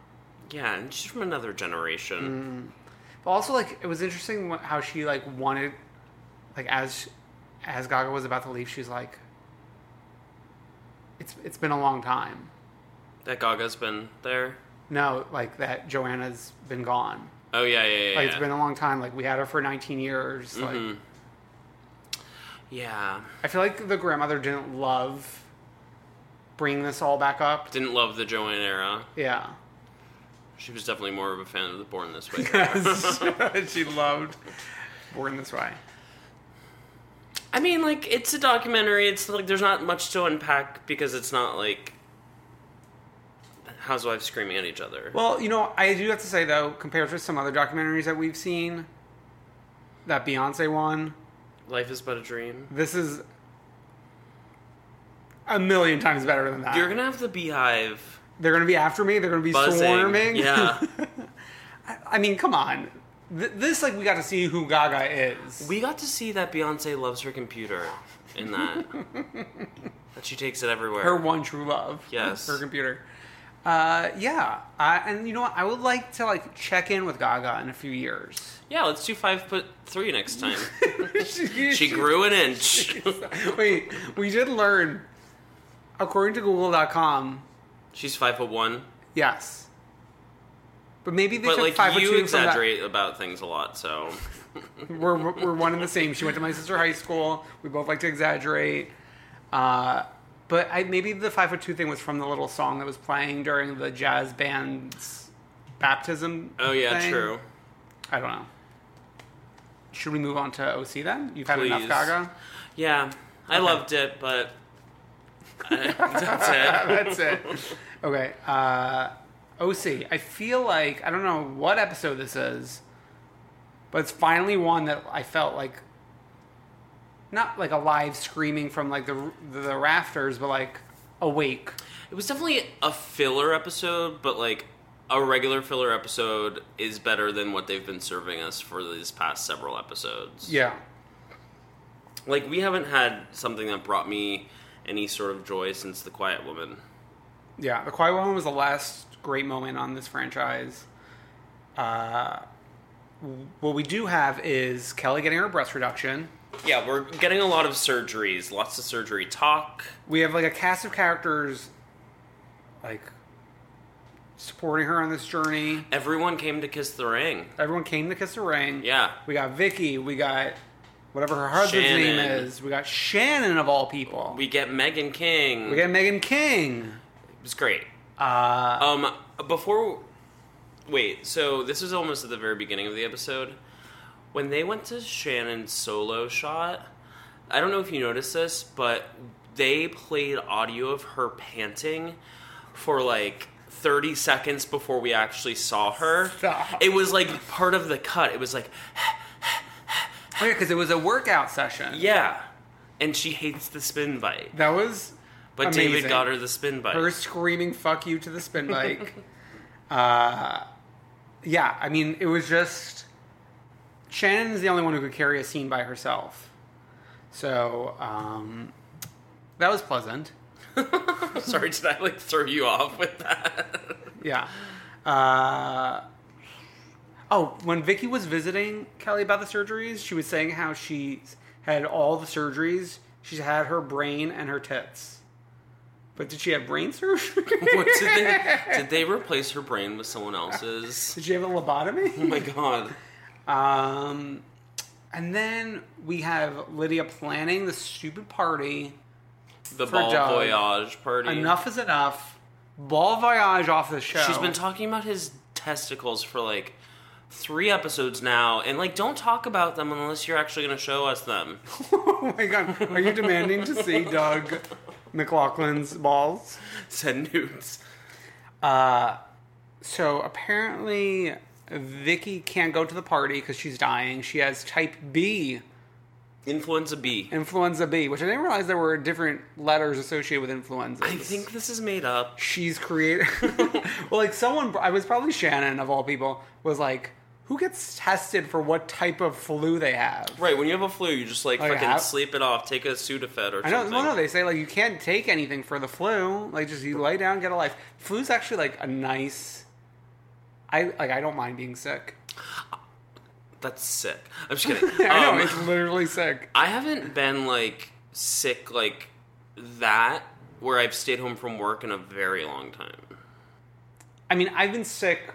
S1: yeah and she's from another generation
S2: But also, like, it was interesting wh- how she like wanted, like, as as Gaga was about to leave, she's like, "It's it's been a long time." Mm.
S1: that gaga's been there
S2: No, like that Joanna's been gone.
S1: oh yeah yeah yeah
S2: Like, it's
S1: yeah.
S2: been a long time. Like, we had her for 19 years. Like,
S1: yeah
S2: I feel like the grandmother didn't love bringing this all back up.
S1: didn't love the joanne era
S2: Yeah,
S1: she was definitely more of a fan of the born this way
S2: she loved Born This Way.
S1: I mean, like it's a documentary. It's like there's not much to unpack because it's not like housewives screaming at each other.
S2: Well, you know, I do have to say though, compared to some other documentaries that we've seen, that Beyonce one,
S1: Life is but a dream.
S2: this is a million times better than that.
S1: You're gonna have the beehive
S2: They're gonna be after me. They're gonna be
S1: buzzing.
S2: swarming.
S1: Yeah,
S2: I mean, come on. Th- this like we got to see who Gaga is.
S1: we got to see that Beyonce loves her computer in that. that she takes it everywhere.
S2: her one true love.
S1: Yes.
S2: her computer. Uh, yeah, I, and you know what? I would like to like check in with Gaga in a few years.
S1: yeah, let's do five foot three next time.
S2: she,
S1: she grew an inch.
S2: Wait, we did learn, according to Google.com,
S1: She's five foot one.
S2: yes. But maybe they
S1: But
S2: took
S1: like
S2: five or
S1: you
S2: two
S1: exaggerate about things a lot, so
S2: from that. We're, we're one and the same. She went to my sister high school. We both like to exaggerate. Uh, but I, maybe the five foot two thing was from the little song that was playing during the jazz band's baptism.
S1: oh yeah,
S2: thing.
S1: true.
S2: I don't know. Should we move on to OC then? You've had enough
S1: Please.
S2: Gaga.
S1: Yeah, I loved it, but uh, that's it.
S2: That's it. Okay. Uh, OC. I feel like I don't know what episode this is, but it's finally one that I felt like not like a live screaming from like the the rafters, but like awake.
S1: It was definitely a filler episode, but like a regular filler episode is better than what they've been serving us for these past several episodes.
S2: Yeah.
S1: Like we haven't had something that brought me any sort of joy since The Quiet Woman.
S2: Yeah. The Quiet Woman was the last great moment on this franchise. Uh, what we do have is Kelly getting her breast reduction.
S1: Yeah, we're getting a lot of surgeries, lots of surgery talk.
S2: we have like a cast of characters like supporting her on this journey.
S1: Everyone came to kiss the ring.
S2: Everyone came to kiss the ring.
S1: Yeah.
S2: We got Vicky, we got whatever her husband's name
S1: Shannon.
S2: is. We got Shannon of all people.
S1: We get Megan King.
S2: we got Megan King.
S1: it was great.
S2: Uh
S1: Um, before, wait. So this was almost at the very beginning of the episode when they went to Shannon's solo shot. I don't know if you noticed this, but they played audio of her panting for like. 30 seconds before we actually saw her.
S2: Stop.
S1: It was like part of the cut. It was like,
S2: oh yeah, because it was a workout session.
S1: yeah. And she hates the spin bike.
S2: That was
S1: But
S2: amazing.
S1: David got her the spin bike.
S2: her screaming "fuck you" to the spin bike. uh, yeah, I mean, it was just Shannon's the only one who could carry a scene by herself, so um, that was pleasant.
S1: Sorry, did I like throw you off with that?
S2: Yeah. Uh, oh, when Vicky was visiting Kelly about the surgeries, she was saying how she had all the surgeries. She's had her brain and her tits. But did she have brain surgery?
S1: What, did, they, did they replace her brain with someone else's?
S2: did she have a lobotomy?
S1: Oh my god.
S2: Um, and then we have Lydia planning the stupid party.
S1: The
S2: For
S1: ball
S2: Doug.
S1: voyage party.
S2: Enough is enough. Ball voyage off the show.
S1: She's been talking about his testicles for like three episodes now, and like don't talk about them unless you're actually going to show us them.
S2: oh my god! Are you demanding to see Doug McLaughlin's balls?
S1: Said nudes.
S2: So apparently, Vicky can't go to the party because she's dying. She has type B
S1: Influenza B.
S2: influenza B, which I didn't realize there were different letters associated with influenza.
S1: I think this is made up.
S2: she's created. well, like someone, I was probably Shannon of all people, was like, who gets tested for what type of flu they have?
S1: Right, when you have a flu, you just like
S2: Oh, yeah.
S1: fucking sleep it off, take a Sudafed or
S2: I know.
S1: something.
S2: Well, no, they say like you can't take anything for the flu. Like just you lay down, get a life. Flu's actually like a nice. I like. I don't mind being sick.
S1: That's sick. I'm just kidding.
S2: I know
S1: Um,
S2: it's literally sick.
S1: I haven't been like sick like that where I've stayed home from work in a very long time.
S2: I mean, I've been sick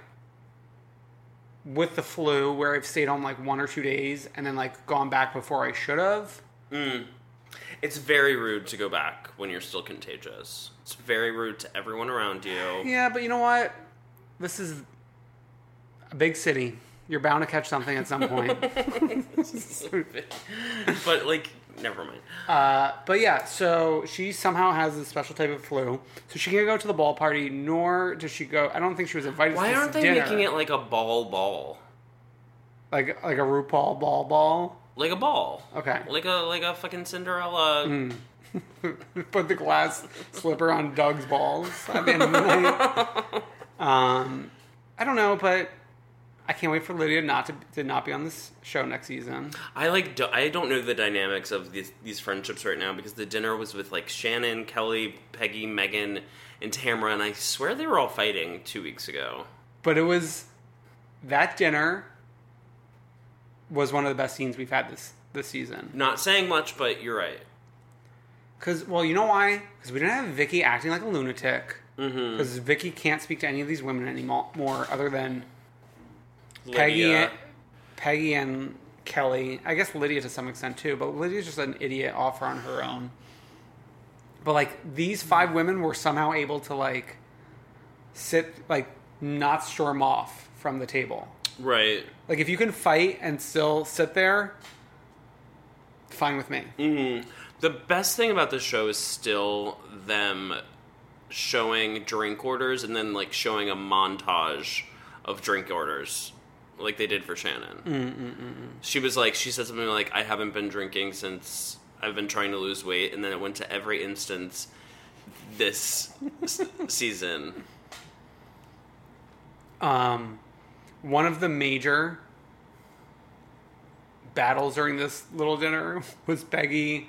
S2: with the flu where I've stayed home like one or two days and then like gone back before I should have.
S1: It's very rude to go back when you're still contagious. It's very rude to everyone around you.
S2: Yeah, but you know what? This is a big city. You're bound to catch something at some point.
S1: But like Never mind.
S2: Uh, but yeah, so she somehow has this special type of flu, so she can't go to the ball party, nor does she go. I don't think she was invited.
S1: Why
S2: to
S1: aren't
S2: this
S1: they
S2: dinner.
S1: making it like a ball ball?
S2: like like a RuPaul ball ball?
S1: Like a ball.
S2: Okay, Mm.
S1: Like a like a fucking Cinderella.
S2: put the glass slipper on Doug's balls at the end of the night. Um, I don't know, but I can't wait for Lydia not to, to not be on this show next season.
S1: I like do- I don't know the dynamics of these these friendships right now because the dinner was with like Shannon, Kelly, Peggy, Megan, and Tamara, and I swear they were all fighting two weeks ago.
S2: But it was that dinner was one of the best scenes we've had this this season.
S1: Not saying much, but you're right.
S2: Cause well, you know why? Because we didn't have Vicky acting like a lunatic. Because Vicky can't speak to any of these women anymore, more other than Peggy,
S1: Lydia.
S2: and, Peggy and Kelly. I guess Lydia to some extent too, but Lydia's just an idiot off her on her own. But like these five women were somehow able to like sit like not storm off from the table.
S1: right?
S2: Like if you can fight and still sit there, fine with me.
S1: The best thing about the show is still them showing drink orders and then like showing a montage of drink orders, like they did for Shannon. mm She was like, she said something like, "I haven't been drinking since I've been trying to lose weight," and then it went to every instance this s- season.
S2: um, one of the major battles during this little dinner was Peggy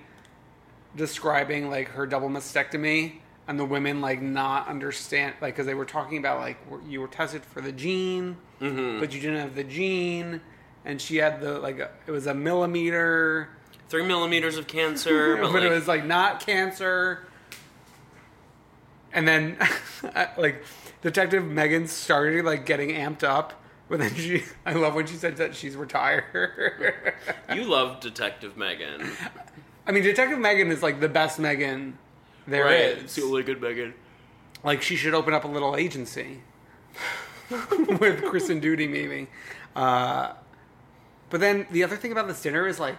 S2: describing like her double mastectomy and the women like not understand like because they were talking about like were- you were tested for the gene but you didn't have the gene and she had the like a- it was a millimeter
S1: Three millimeters of cancer,
S2: but
S1: but like,
S2: it was like not cancer. And then, like, Detective Megan started like getting amped up, but then she, I love when she said that she's retired.
S1: you love Detective Megan,
S2: I mean, Detective Megan is like the best Megan there is.
S1: right? The only good Megan.
S2: Like, she should open up a little agency with Kristen Duty, maybe. Uh, but then the other thing about this dinner is like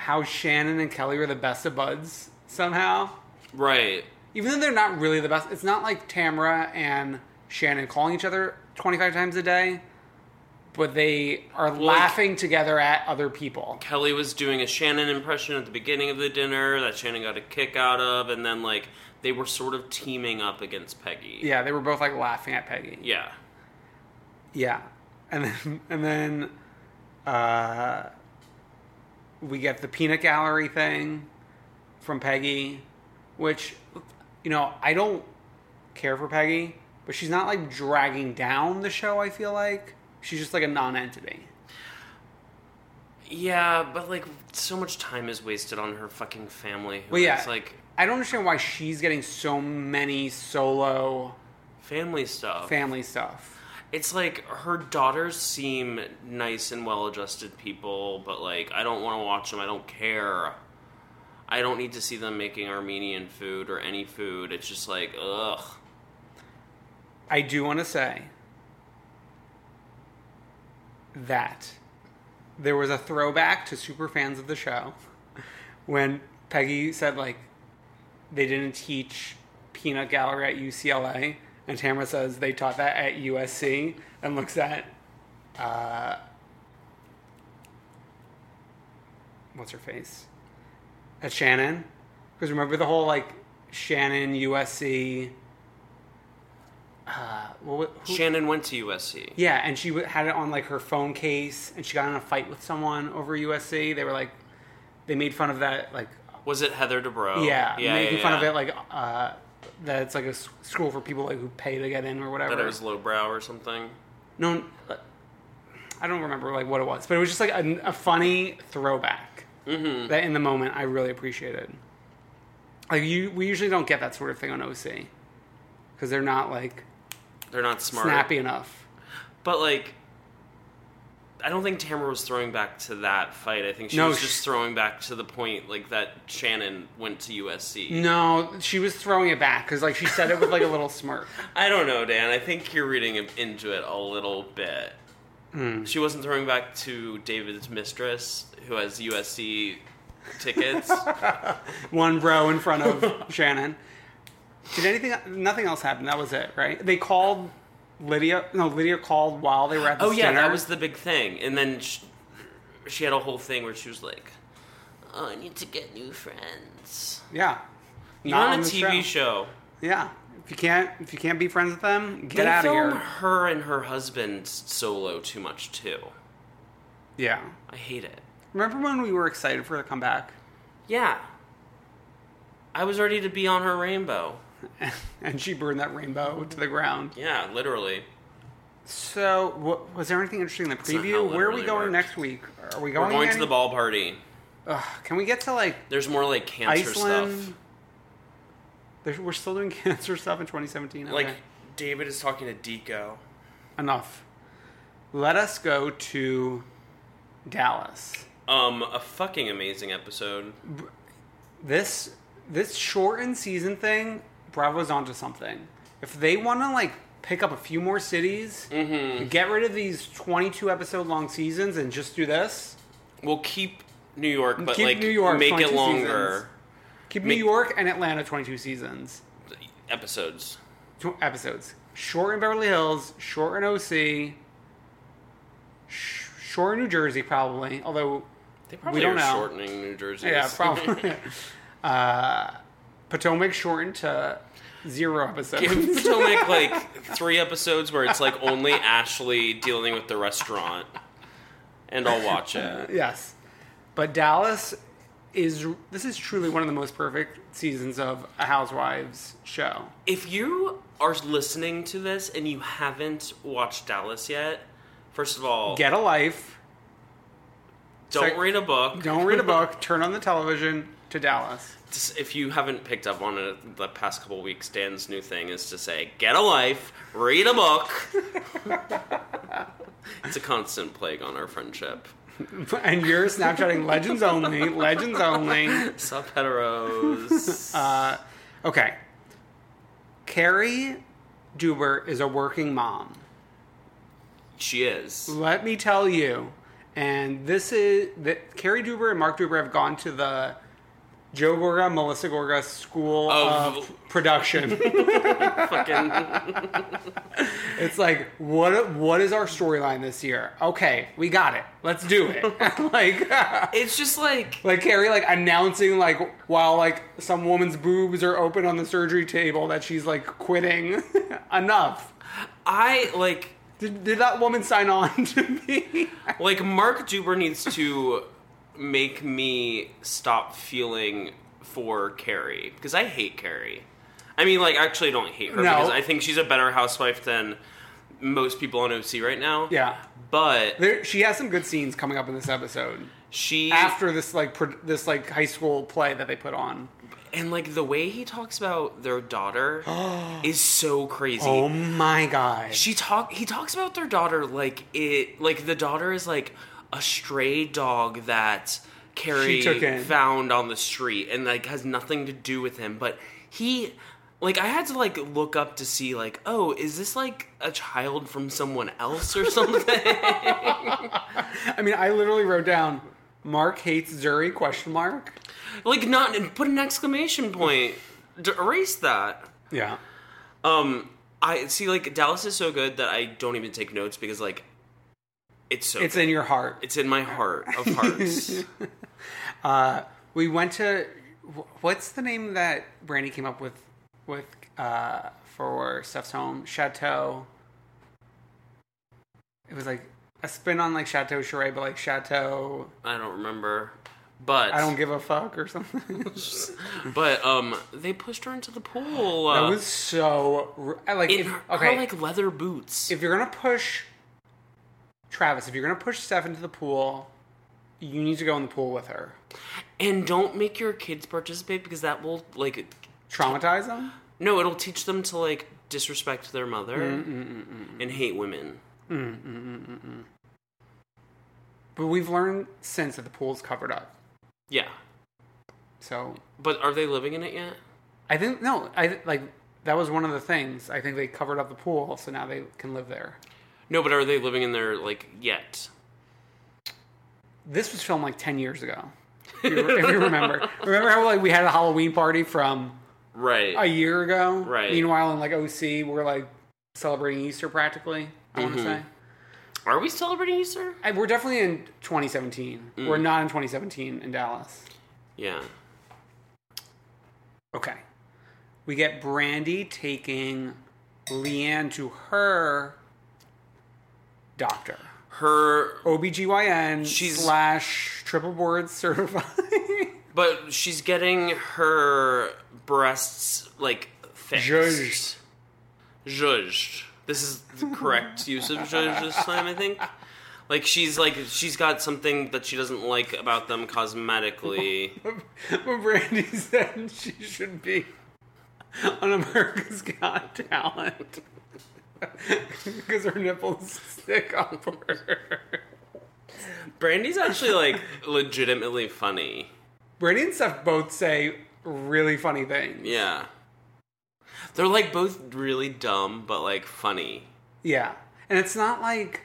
S2: how Shannon and Kelly were the best of buds somehow.
S1: Right.
S2: even though they're not really the best, it's not like Tamara and Shannon calling each other 25 times a day, but they are laughing together at other people.
S1: Kelly was doing a Shannon impression at the beginning of the dinner that Shannon got a kick out of, and then like they were sort of teaming up against Peggy.
S2: Yeah, they were both like laughing at Peggy.
S1: Yeah.
S2: Yeah. And then, and then, uh, we get the peanut gallery thing from Peggy, which, you know, I don't care for Peggy, but she's not like dragging down the show, I feel like. She's just like a non entity.
S1: Yeah, but like so much time is wasted on her fucking family. who
S2: Well, yeah.
S1: is, like
S2: I don't understand why she's getting so many solo
S1: family stuff.
S2: family stuff.
S1: it's like her daughters seem nice and well adjusted people, but like I don't want to watch them. I don't care. I don't need to see them making Armenian food or any food. It's just like, ugh.
S2: I do want to say that there was a throwback to super fans of the show when Peggy said like they didn't teach peanut gallery at UCLA, and Tamara says they taught that at USC, and looks at uh, what's her face at Shannon because remember the whole like Shannon USC. Uh, what, wa- who,
S1: Shannon went to USC.
S2: yeah, and she w- had it on like her phone case, and she got in a fight with someone over USC. They were like, they made fun of that, like,
S1: Was it Heather DeBro?
S2: yeah,
S1: Oh, yeah,
S2: making
S1: yeah,
S2: fun
S1: yeah.
S2: of it, like, uh, that it's like a s- school for people like who pay to get in or whatever.
S1: that it was lowbrow or something.
S2: no, I don't remember like what it was, but it was just like a, a funny throwback
S1: Mm-hmm.
S2: that in the moment I really appreciated. Like you, we usually don't get that sort of thing on OC because they're not like
S1: They're not smart.
S2: snappy enough.
S1: But like I don't think Tamara was throwing back to that fight. I think she
S2: No,
S1: was
S2: sh-
S1: just throwing back to the point like that Shannon went to USC.
S2: No, she was throwing it back because like she said it with like a little smirk.
S1: I don't know, Dan. I think you're reading in- into it a little bit.
S2: Hmm.
S1: She wasn't throwing back to David's mistress, who has USC tickets.
S2: one row in front of Shannon. Did anything? Nothing else happen. That was it, right? They called Lydia. No, Lydia called while they were at the
S1: oh yeah,
S2: dinner.
S1: that was the big thing. And then she, she had a whole thing where she was like, oh, "I need to get new friends."
S2: yeah.
S1: You're
S2: Not
S1: on a
S2: the
S1: TV show.
S2: Yeah. If you can't, if you can't be friends with them, get
S1: they
S2: out of
S1: film
S2: here.
S1: her and her husband solo too much too.
S2: Yeah.
S1: I hate it.
S2: Remember when we were excited for her to come back,
S1: Yeah. I was ready to be on her rainbow.
S2: and she burned that rainbow to the ground?
S1: Yeah, literally.
S2: So, wha was there anything interesting in the
S1: not how
S2: preview?
S1: it
S2: Where are we
S1: really
S2: going
S1: works.
S2: next week? Are we
S1: We're
S2: going?
S1: going to
S2: any-
S1: the ball party.
S2: Ugh, can we get to like
S1: There's more like cancer
S2: Iceland?
S1: stuff.
S2: There's, we're still doing cancer stuff in 2017. Okay.
S1: Like David is talking to Deco.
S2: enough. Let us go to Dallas.
S1: Um, a fucking amazing episode.
S2: This this shortened season thing, Bravo's onto something. If they want to like pick up a few more cities,
S1: Mm-hmm.
S2: get rid of these 22 episode long seasons and just do this.
S1: We'll keep New York, but
S2: Keep
S1: like
S2: New York
S1: make
S2: 22
S1: it longer
S2: Keep
S1: Make-
S2: New York and Atlanta 22 seasons.
S1: episodes.
S2: tw- episodes. Short in Beverly Hills, short in OC, sh- short in New Jersey, probably. Although
S1: They probably
S2: we don't
S1: are
S2: know.
S1: shortening New Jersey.
S2: Yeah, probably. uh, Potomac shortened to zero episodes.
S1: Give Potomac like three episodes where it's like only Ashley dealing with the restaurant, and I'll watch it.
S2: yes, but Dallas is this is truly one of the most perfect seasons of a Housewives show.
S1: If you are listening to this and you haven't watched Dallas yet, first of all,
S2: Get a life.
S1: don't
S2: sec-
S1: read a book.
S2: Don't read a book. Turn on the television to Dallas.
S1: Just- If you haven't picked up on it the past couple weeks, Dan's new thing is to say, "Get a life, read a book." it's a constant plague on our friendship.
S2: And you're Snapchatting legends only, legends only.
S1: Sup, heteros.
S2: Okay. Carrie Duber is a working mom.
S1: she is.
S2: Let me tell you, and this is that Carrie Duber and Mark Duber have gone to the Joe Gorga, Melissa Gorga School
S1: Of-
S2: of Production.
S1: Fucking.
S2: it's like, what what is our storyline this year? Okay, we got it. Let's do it. like
S1: It's just like
S2: like Carrie like announcing like while like some woman's boobs are open on the surgery table that she's like quitting. Enough.
S1: I like
S2: Did, did that woman sign on to me?
S1: like Mark Duber needs to make me stop feeling for Carrie because I hate Carrie. I mean, like, I actually don't hate her
S2: No.
S1: because I think she's a better housewife than most people on OC right now.
S2: yeah.
S1: but
S2: There, she has some good scenes coming up in this episode
S1: she
S2: after this like pro, this like high school play that they put on.
S1: and like the way he talks about their daughter is so crazy.
S2: Oh my god!
S1: She talk he talks about their daughter like it like the daughter is like a stray dog that Carrie
S2: took in.
S1: found on the street and like has nothing to do with him but he like I had to like look up to see like oh is this like a child from someone else or something
S2: I mean, I literally wrote down Mark hates Zuri question mark.
S1: like not put an exclamation point to erase that
S2: Yeah.
S1: um I see like Dallas is so good that I don't even take notes because like it's so
S2: It's
S1: good.
S2: in your heart.
S1: it's in my heart of hearts
S2: We went to wh- what's the name that Brandy came up with with uh for Steph's home Chateau. It was like a spin on like Chateau Charade, but like Chateau.
S1: I don't remember. But
S2: I don't give a fuck or something.
S1: but um they pushed her into the pool. Uh,
S2: That was so r- I like
S1: in
S2: if,
S1: her, her,
S2: okay.
S1: like leather boots.
S2: if you're gonna push Travis, if you're gonna push Steph into the pool, you need to go in the pool with her.
S1: and don't make your kids participate because that will like
S2: Traumatize them.
S1: no, it'll teach them to like disrespect their mother
S2: Mm,
S1: and hate women.
S2: But we've learned since that the pool's covered up.
S1: Yeah.
S2: So
S1: But are they living in it yet?
S2: I think no, I like that was one of the things. I think they covered up the pool, so now they can live there.
S1: No, but are they living in there like yet?
S2: This was filmed like ten years ago. If you, if you remember, remember how like we had a Halloween party from
S1: Right.
S2: a year ago.
S1: Right.
S2: Meanwhile, in like OC, we're like celebrating Easter practically. I
S1: Mm-hmm.
S2: want to say.
S1: Are we celebrating Easter?
S2: And we're definitely in 2017.
S1: Mm.
S2: We're not in 2017 in Dallas.
S1: Yeah.
S2: Okay. We get Brandy taking Leanne to her doctor.
S1: Her,
S2: OBGYN
S1: She's-
S2: slash triple board certified.
S1: but she's getting her breasts like fixed.
S2: Judged.
S1: Judged. This is the correct use of judge this time, I think. Like she's like she's got something that she doesn't like about them cosmetically.
S2: but Brandy said she should be on America's Got Talent. Because her nipples stick up her.
S1: Brandy's actually like legitimately funny.
S2: Brandy and Steph both say really funny things.
S1: Yeah. They're like both really dumb but like funny.
S2: Yeah. And it's not like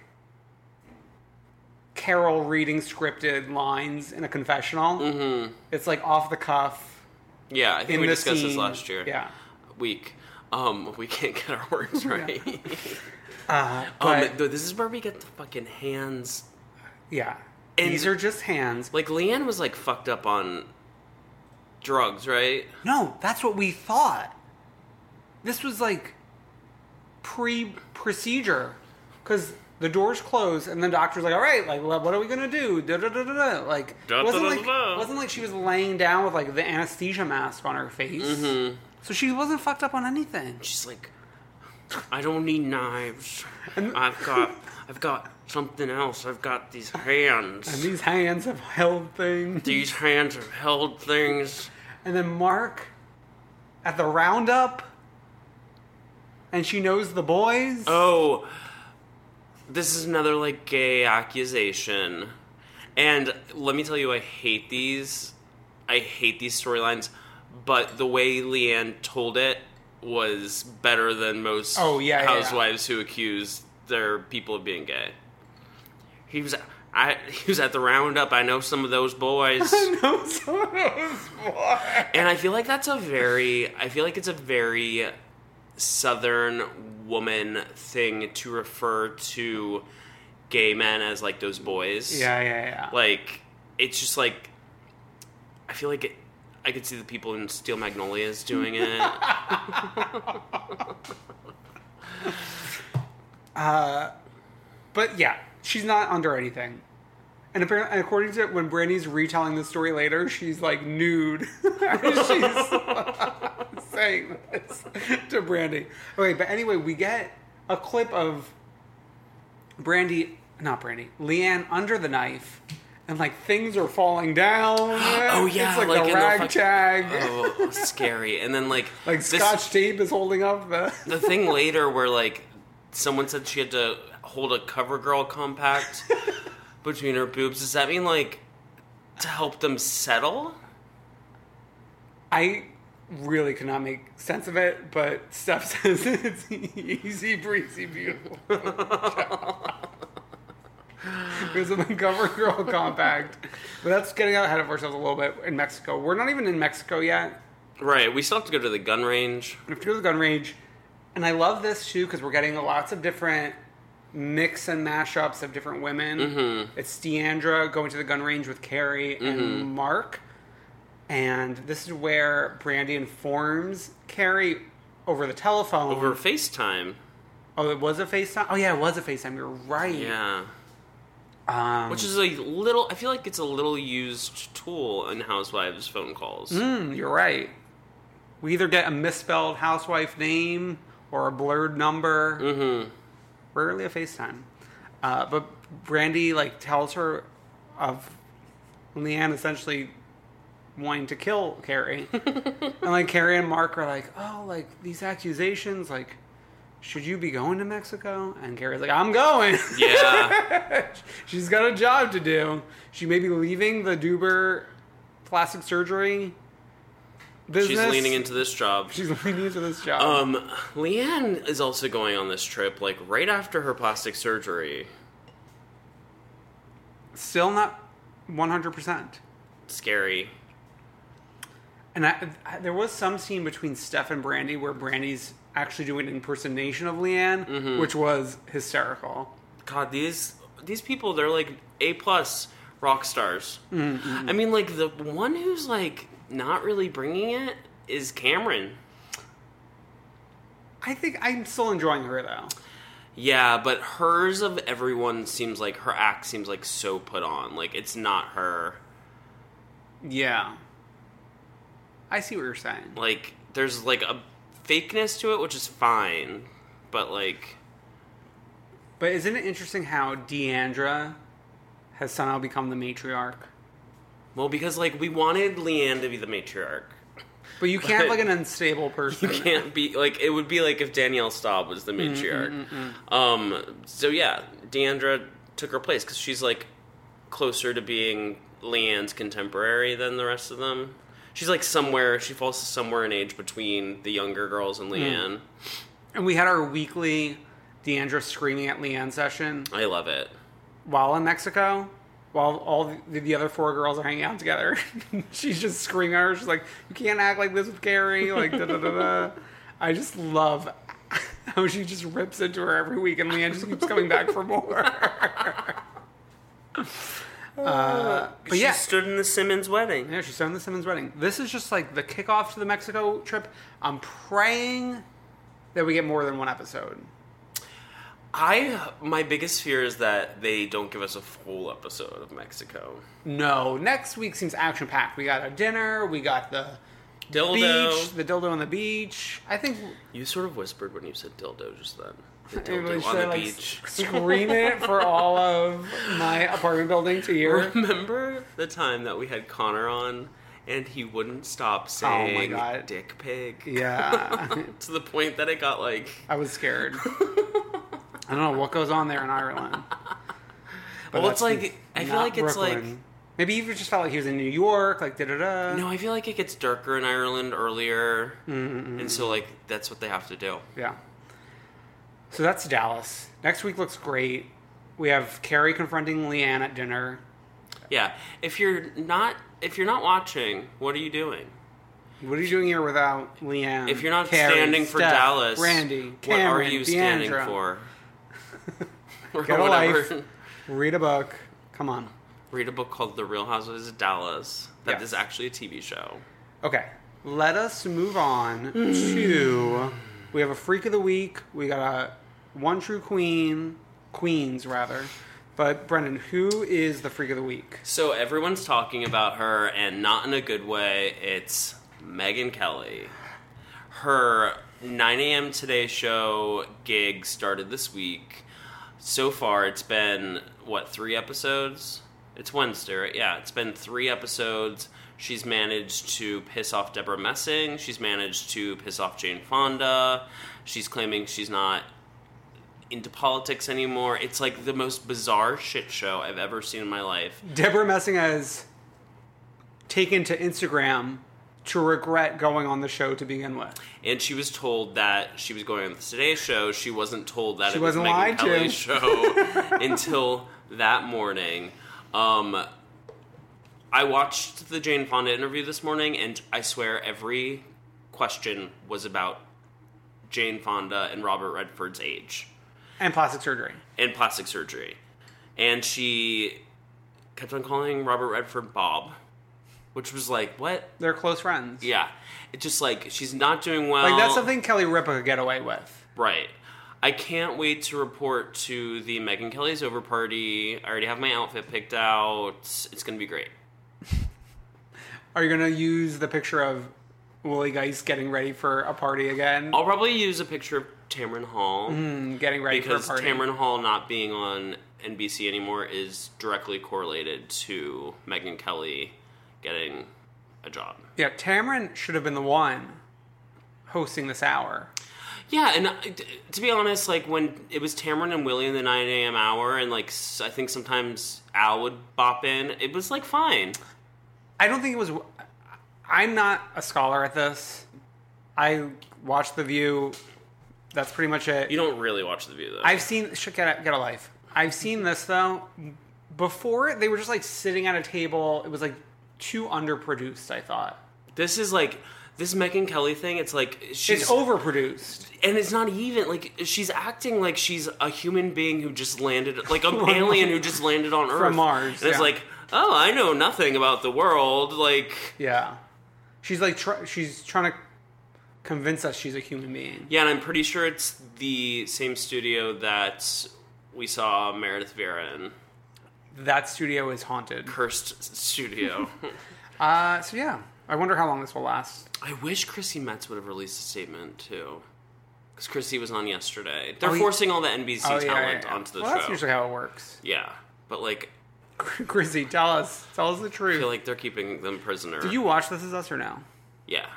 S2: Carol reading scripted lines in a confessional. Mm-hmm. It's like off the cuff.
S1: Yeah, I think
S2: In
S1: we
S2: the
S1: discussed this
S2: scene.
S1: last year.
S2: Yeah.
S1: Week. Um, we can't get our words right.
S2: Uh,
S1: um,
S2: but,
S1: th- this is where we get the fucking hands.
S2: yeah.
S1: and-
S2: These are just hands.
S1: Like Leanne was like fucked up on drugs, right?
S2: No, that's what we thought. This was like pre procedure because the doors close and the doctor's like, "All right, like, what what are we gonna do?" Da, da, da, da, da. Like,
S1: Da,
S2: it wasn't
S1: da, da,
S2: like
S1: da, da.
S2: it wasn't like she was laying down with like the anesthesia mask on her face.
S1: Mm-hmm.
S2: So she wasn't fucked up on anything.
S1: She's like, I don't need knives. I've got, I've got something else. I've got these
S2: And
S1: hands.
S2: these hands have held things.
S1: These hands have held things.
S2: And then Mark at the roundup, and she knows the boys.
S1: Oh, this is another like gay accusation. And let me tell you, I hate these. I hate these storylines, but the way Leanne told it was better than most
S2: Oh, yeah, yeah, yeah.
S1: housewives who accuse their people of being gay. He was. I, he was at the roundup. I know some of those boys,
S2: no, some of those boys.
S1: and I feel like that's a very. I feel like it's a very southern woman thing to refer to gay men as like those boys.
S2: Yeah, yeah, yeah.
S1: Like it's just like I feel like it, I could see the people in Steel Magnolias doing it.
S2: But yeah, she's not under anything. And apparently, according to when Brandy's retelling the story later, she's like nude. As she's saying this to Brandy. Okay, but anyway, we get a clip of Brandy, not Brandy, Leanne under the knife, and like things are falling down.
S1: oh yeah,
S2: it's like,
S1: like
S2: the
S1: in
S2: rag
S1: fuck-
S2: tag.
S1: Oh, scary. And then like
S2: like
S1: this-
S2: Scotch tape is holding up the.
S1: the thing later where like someone said she had to hold a cover girl compact between her boobs does that mean like to help them settle
S2: I really cannot make sense of it, but Steph says it's easy, breezy, beautiful. Because of the cover girl compact. But that's getting out ahead of ourselves a little bit in Mexico. We're not even in Mexico yet.
S1: right we still have to go to the gun range
S2: We have to go to the gun range. And I love this too because we're getting lots of different mix and mashups of different women.
S1: Mm-hmm.
S2: It's Deandra going to the gun range with Carrie and Mark. And this is where Brandy informs Carrie over the telephone.
S1: over facetime
S2: oh, it was a FaceTime? Oh, yeah, it was a FaceTime. You're right.
S1: yeah
S2: Um,
S1: which is a little i feel like it's a little used tool in housewives phone calls
S2: hmm, you're right. We either get a misspelled housewife name or a blurred number.
S1: hmm
S2: rarely a FaceTime. Uh, but Brandy like tells her of Leanne essentially wanting to kill Carrie, and like Carrie and Mark are like, oh, like these accusations, like should you be going to Mexico? And Carrie's like, I'm going.
S1: yeah
S2: She's got a job to do. She may be leaving the Duber plastic surgery business.
S1: she's leaning into this job
S2: She's leaning into this job.
S1: um leanne is also going on this trip like right after her plastic surgery
S2: Still not 100. percent
S1: scary.
S2: And I, I, there was some scene between Steph and Brandy where Brandy's actually doing an impersonation of Leanne,
S1: Mm-hmm.
S2: which was hysterical.
S1: God, these these people they're like A plus rock stars. I mean, like the one who's like not really bringing it is Cameron.
S2: I think I'm still enjoying her though.
S1: Yeah, but hers of everyone seems like her act seems like so put on. Like it's not her.
S2: Yeah. I see what you're saying.
S1: Like there's like a fakeness to it, which is fine, but like
S2: But isn't it interesting how Deandra has somehow become the matriarch?
S1: well, because like we wanted Leanne to be the matriarch.
S2: But you can't have
S1: But-
S2: like an unstable person.
S1: You can't be like it would be like if Danielle Staub was the
S2: Mm,
S1: matriarch. Um, so yeah, Deandra took her place because she's like closer to being Leanne's contemporary than the rest of them. She's like somewhere she falls somewhere in age between the younger girls
S2: Mm.
S1: and Leanne.
S2: And we had our weekly Deandra screaming at Leanne session
S1: I love it. while
S2: while in Mexico, while all the, the other four girls are hanging out together. she's just screaming at her. She's like, "You can't act like this with Gary." Like da da da da. I just love how she just rips into her every week, and Leanne just keeps coming back for more. Uh, but
S1: she
S2: yeah,
S1: stood in the Simmons wedding.
S2: yeah, she's on the Simmons wedding. This is just like the kickoff to the Mexico trip. I'm praying that we get more than one episode.
S1: I my biggest fear is that they don't give us a full episode of Mexico.
S2: No, next week seems action packed. We got a dinner. We got the
S1: Dildo.
S2: beach, the dildo on the beach. I think
S1: You sort of whispered when you said dildo just then. The
S2: I really
S1: dildo on
S2: should,
S1: the
S2: like,
S1: beach.
S2: s- scream it for all of my apartment building to hear.
S1: Remember the time that we had Connor on and he wouldn't stop
S2: Oh my
S1: saying
S2: God.
S1: dick pig?
S2: Yeah,
S1: to the point that it got like
S2: I was scared. I don't know what goes on there in Ireland. But
S1: Well,
S2: that's
S1: it's like- I feel
S2: not
S1: like it's like-
S2: maybe you just felt like he was in New York, like da da da.
S1: no, I feel like it gets darker in Ireland earlier. And so like that's what they have to do.
S2: Yeah. So that's Dallas. Next week looks great. We have Carrie confronting Leanne at dinner.
S1: Yeah. If you're not if you're not watching, what are you doing?
S2: What are you doing here without Leanne?
S1: If you're not
S2: Carrie,
S1: standing for
S2: Steph,
S1: Dallas,
S2: Randy,
S1: what
S2: Cameron,
S1: are you standing
S2: Deandra?
S1: for? or
S2: Get a
S1: whatever.
S2: life. Read a book. Come on.
S1: Read a book called The Real Housewives of Dallas. That is
S2: Yes.
S1: actually a TV show.
S2: Okay. Let us move on
S1: Hmm.
S2: to. We have a freak of the week. We got a one true queen, queens rather. But Brendan, who is the freak of the week?
S1: So everyone's talking about her, and not in a good way. It's Megan Kelly. Her 9 a.m. Today Show gig started this week. So far, it's been, what, three episodes? It's Wednesday, right? Yeah, it's been three episodes. She's managed to piss off Deborah Messing. She's managed to piss off Jane Fonda. She's claiming she's not into politics anymore. It's like the most bizarre shit show I've ever seen in my life.
S2: Deborah Messing has taken to Instagram to regret going on the show to begin with.
S1: and she was told that she was going on the Today Show. She wasn't told that
S2: She
S1: it was
S2: wasn't
S1: Megyn
S2: lied to.
S1: Kelly's show until that morning. Um, I watched the Jane Fonda interview this morning, and I swear every question was about Jane Fonda and Robert Redford's age
S2: And plastic surgery.
S1: and plastic surgery. And she kept on calling Robert Redford Bob, which was like, what?
S2: They're close friends.
S1: Yeah. It's just like she's not doing well.
S2: Like that's something Kelly Ripa could get away with.
S1: Right. I can't wait to report to the Megan Kelly's over party. I already have my outfit picked out. It's gonna be great.
S2: Are you gonna use the picture of Willie Geist getting ready for a party again?
S1: I'll probably use a picture of Tamron Hall
S2: Mm, getting ready
S1: because
S2: for a party.
S1: Tamron Hall not being on NBC anymore is directly correlated to Megan Kelly getting a job.
S2: Yeah, Tamron should have been the one hosting this hour.
S1: Yeah, and uh, t- to be honest, like when it was Tamron and Willie in the 9 a.m. hour, and like s- I think sometimes Al would bop in, it was like fine.
S2: I don't think it was. I'm not a scholar at this. I watched The View. That's pretty much it.
S1: You don't really watch the view though.
S2: I've seen shit get a, get a life. I've seen this though. Before they were just like sitting at a table. It was like too underproduced, I thought.
S1: This is like this Megan Kelly thing. It's like she's
S2: It's overproduced.
S1: and it's not even like she's acting like she's a human being who just landed, like an alien who just landed on Earth
S2: Mars,
S1: And it's
S2: yeah.
S1: like, oh, I know nothing about the world. Like,
S2: Yeah. She's like, tr- she's trying to convince us she's a human being.
S1: yeah, and I'm pretty sure it's the same studio that we saw Meredith Vieira in,
S2: That studio is haunted.
S1: Cursed Studio.
S2: Uh, so yeah, I wonder how long this will last.
S1: I wish Chrissy Metz would have released a statement too, because Chrissy was on yesterday. They're
S2: Oh, yeah.
S1: forcing all the NBC talent onto the
S2: well,
S1: show.
S2: that's usually how it works.
S1: yeah, but like,
S2: Chrissy, tell us, tell us the
S1: I
S2: truth.
S1: feel like they're keeping them prisoner.
S2: Did you watch This Is Us or no?
S1: Yeah,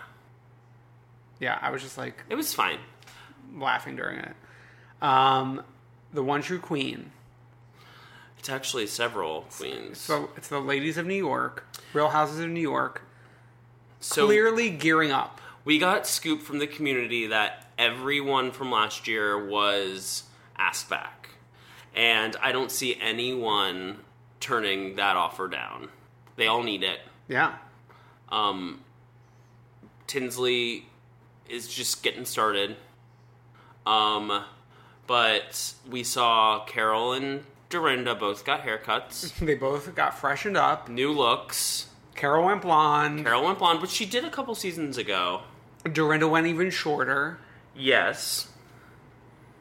S2: Yeah, I was just like
S1: it was fine.
S2: laughing during it. Um, the One True Queen.
S1: It's actually several queens.
S2: So it's the ladies of New York, Real Houses of New York,
S1: So
S2: clearly gearing up.
S1: we got scoop from the community that everyone from last year was asked back, and I don't see anyone turning that offer down. They all need it.
S2: Yeah.
S1: Um, Tinsley is just getting started. Um, but we saw Carol and Dorinda both got haircuts,
S2: They both got freshened up.
S1: new looks.
S2: Carol went blonde.
S1: Carol went blonde, which she did a couple seasons ago.
S2: Dorinda went even shorter.
S1: Yes.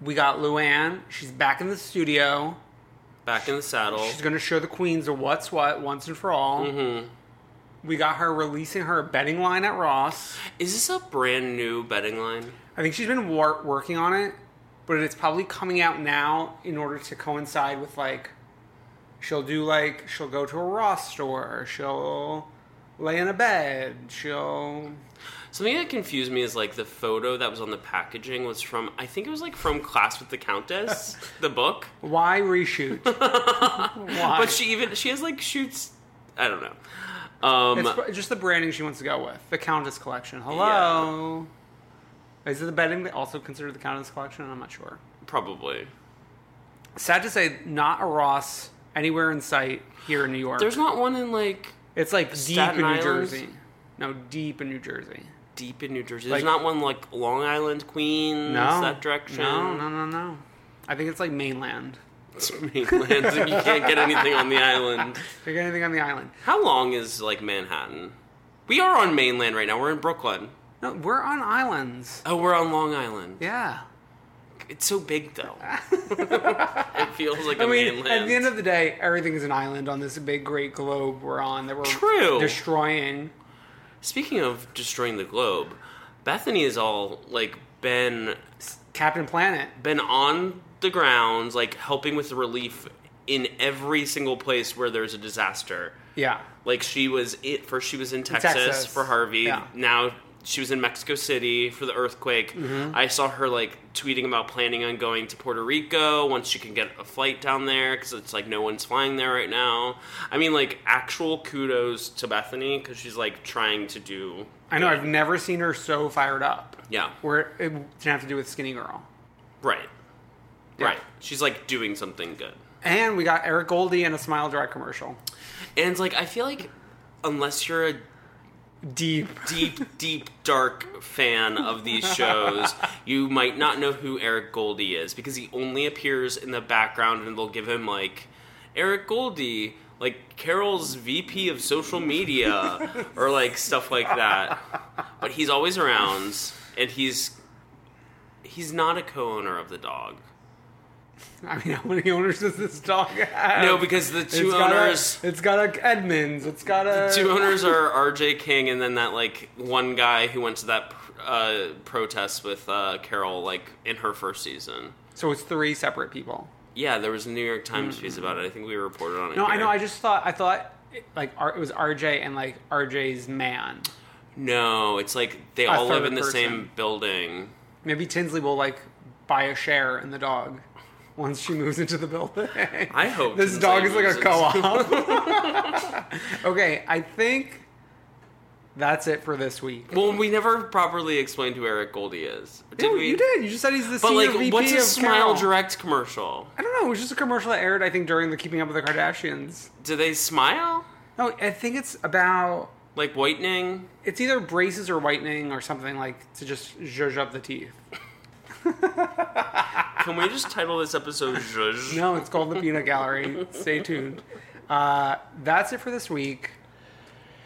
S2: We got Luann. She's back in the studio.
S1: Back in the saddle.
S2: She's going to show the queens of what's what once and for all. Oh. Mm-hmm. We got her releasing her betting line at Ross.
S1: Is this a brand new betting line?
S2: I think she's been wor- working on it, but it's probably coming out now in order to coincide with like she'll do like she'll go to a Ross store, she'll lay in a bed, she'll
S1: Something that confused me is like the photo that was on the packaging was from I think it was like from Class with the Countess, the book.
S2: why reshoot? why?
S1: But she even she has like shoots. I don't know. Um,
S2: it's pr- just the branding she wants to go with the Countess collection. Hello. Is it the bedding also considered the Countess collection? I'm not sure.
S1: probably.
S2: Sad to say, not a Ross anywhere in sight here in New York.
S1: There's not one in like
S2: it's like deep
S1: Staten
S2: in New
S1: Island?
S2: Jersey. No, deep in New Jersey.
S1: deep in New Jersey. There's
S2: Like-
S1: not one like Long Island, Queens,
S2: No.
S1: Mm, that direction.
S2: No, no, no, no. I think it's like mainland.
S1: It's mainland, so you can't get anything on the island.
S2: If you get anything on the island.
S1: How long is like Manhattan? We are on mainland right now. We're in Brooklyn.
S2: No, we're on islands.
S1: Oh, we're on Long Island.
S2: Yeah.
S1: It's so big though. it feels like a
S2: I mean,
S1: mainland.
S2: at the end of the day, everything's an island on this big, great globe we're on that we're
S1: True.
S2: destroying.
S1: Speaking of destroying the globe, Bethany is all like been
S2: Captain Planet.
S1: been on the ground, like helping with the relief in every single place where there's a disaster.
S2: Yeah.
S1: Like she was it first she was in Texas,
S2: Texas,
S1: for Harvey.
S2: yeah.
S1: Now she was in Mexico City for the earthquake.
S2: Mm-hmm.
S1: I saw her like tweeting about planning on going to Puerto Rico once she can get a flight down there because it's like no one's flying there right now. I mean, like actual kudos to Bethany because she's like trying to do
S2: I know, I've never seen her so fired up.
S1: yeah
S2: Where it didn't have to do with Skinny Girl.
S1: right
S2: Yeah.
S1: right. She's like doing something good.
S2: And we got Eric Goldie and a Smile Direct commercial.
S1: And it's like I feel like unless you're a
S2: Deep.
S1: deep, deep, dark fan of these shows, you might not know who Eric Goldie is because he only appears in the background and they'll give him like Eric Goldie, like Carol's VP of social media or like stuff like that. But he's always around and he's he's not a co-owner of the dog.
S2: I mean, how many owners does this dog have?
S1: No, because the two
S2: got a-
S1: owners
S2: it's got a Edmonds. It's got a
S1: two owners are RJ King and then that like one guy who went to that uh, protest with uh, Carol like in her first season.
S2: So it's three separate people.
S1: Yeah, there was a New York Times piece about it. I think we reported on it.
S2: Mm. No, I
S1: here.
S2: know. I just thought I thought it- like R- it was RJ and like RJ's man.
S1: no, it's like they
S2: A
S1: all live
S2: third
S1: in the
S2: person.
S1: same building.
S2: Maybe Tinsley will like buy a share in the dog once she moves into the building.
S1: I hope
S2: this
S1: Tinsley
S2: dog is like
S1: moves
S2: a
S1: in.
S2: co-op. okay, I think that's it for this week.
S1: Well, we never properly explained who Eric Goldie is. Did
S2: No,
S1: we?
S2: you did. You just said he's the
S1: But
S2: senior
S1: like,
S2: VP
S1: what's a
S2: of
S1: Smile
S2: Carol.
S1: Direct commercial?
S2: I don't know. It was just a commercial that aired, I think, during the Keeping Up with the Kardashians.
S1: Do they smile?
S2: No, I think it's about
S1: Like whitening.
S2: it's either braces or whitening or something like to just zhuzh up the teeth.
S1: Can we just title this episode Zhuzh?
S2: No, it's called the Peanut Gallery. Stay tuned. Uh, that's it for this week.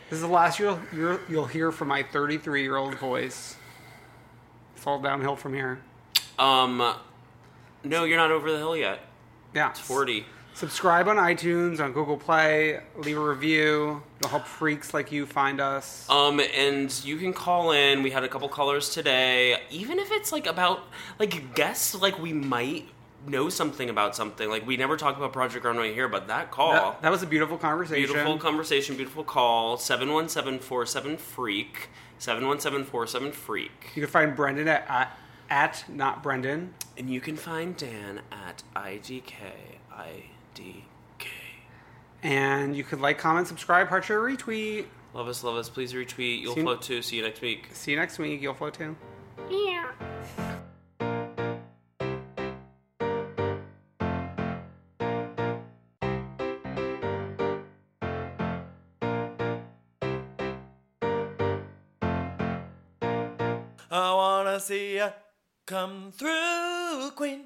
S2: This is the last you'll you'll, you'll hear from my 33 year old voice. It's all downhill from here.
S1: Um, no, you're not over the hill yet.
S2: Yeah,
S1: It's 40.
S2: Subscribe on iTunes, on Google Play, leave a review. It'll help freaks like you find us.
S1: Um, and you can call in. We had a couple callers today. Even if it's like about, like, guess, like, we might know something about something. Like, we never talk about Project Runway here, but that call.
S2: That, that was a beautiful conversation.
S1: Beautiful conversation, beautiful call. 71747 Freak. 71747 Freak.
S2: you can find Brendan at, at, at not Brendan.
S1: And you can find Dan at IDKIDK.
S2: And you could like, comment, subscribe, heart share, retweet.
S1: Love us, love us. Please retweet. You'll
S2: See you-
S1: float too. See you next week.
S2: See you next week. You'll float too.
S4: Yeah.
S7: I wanna see ya come through, Queen.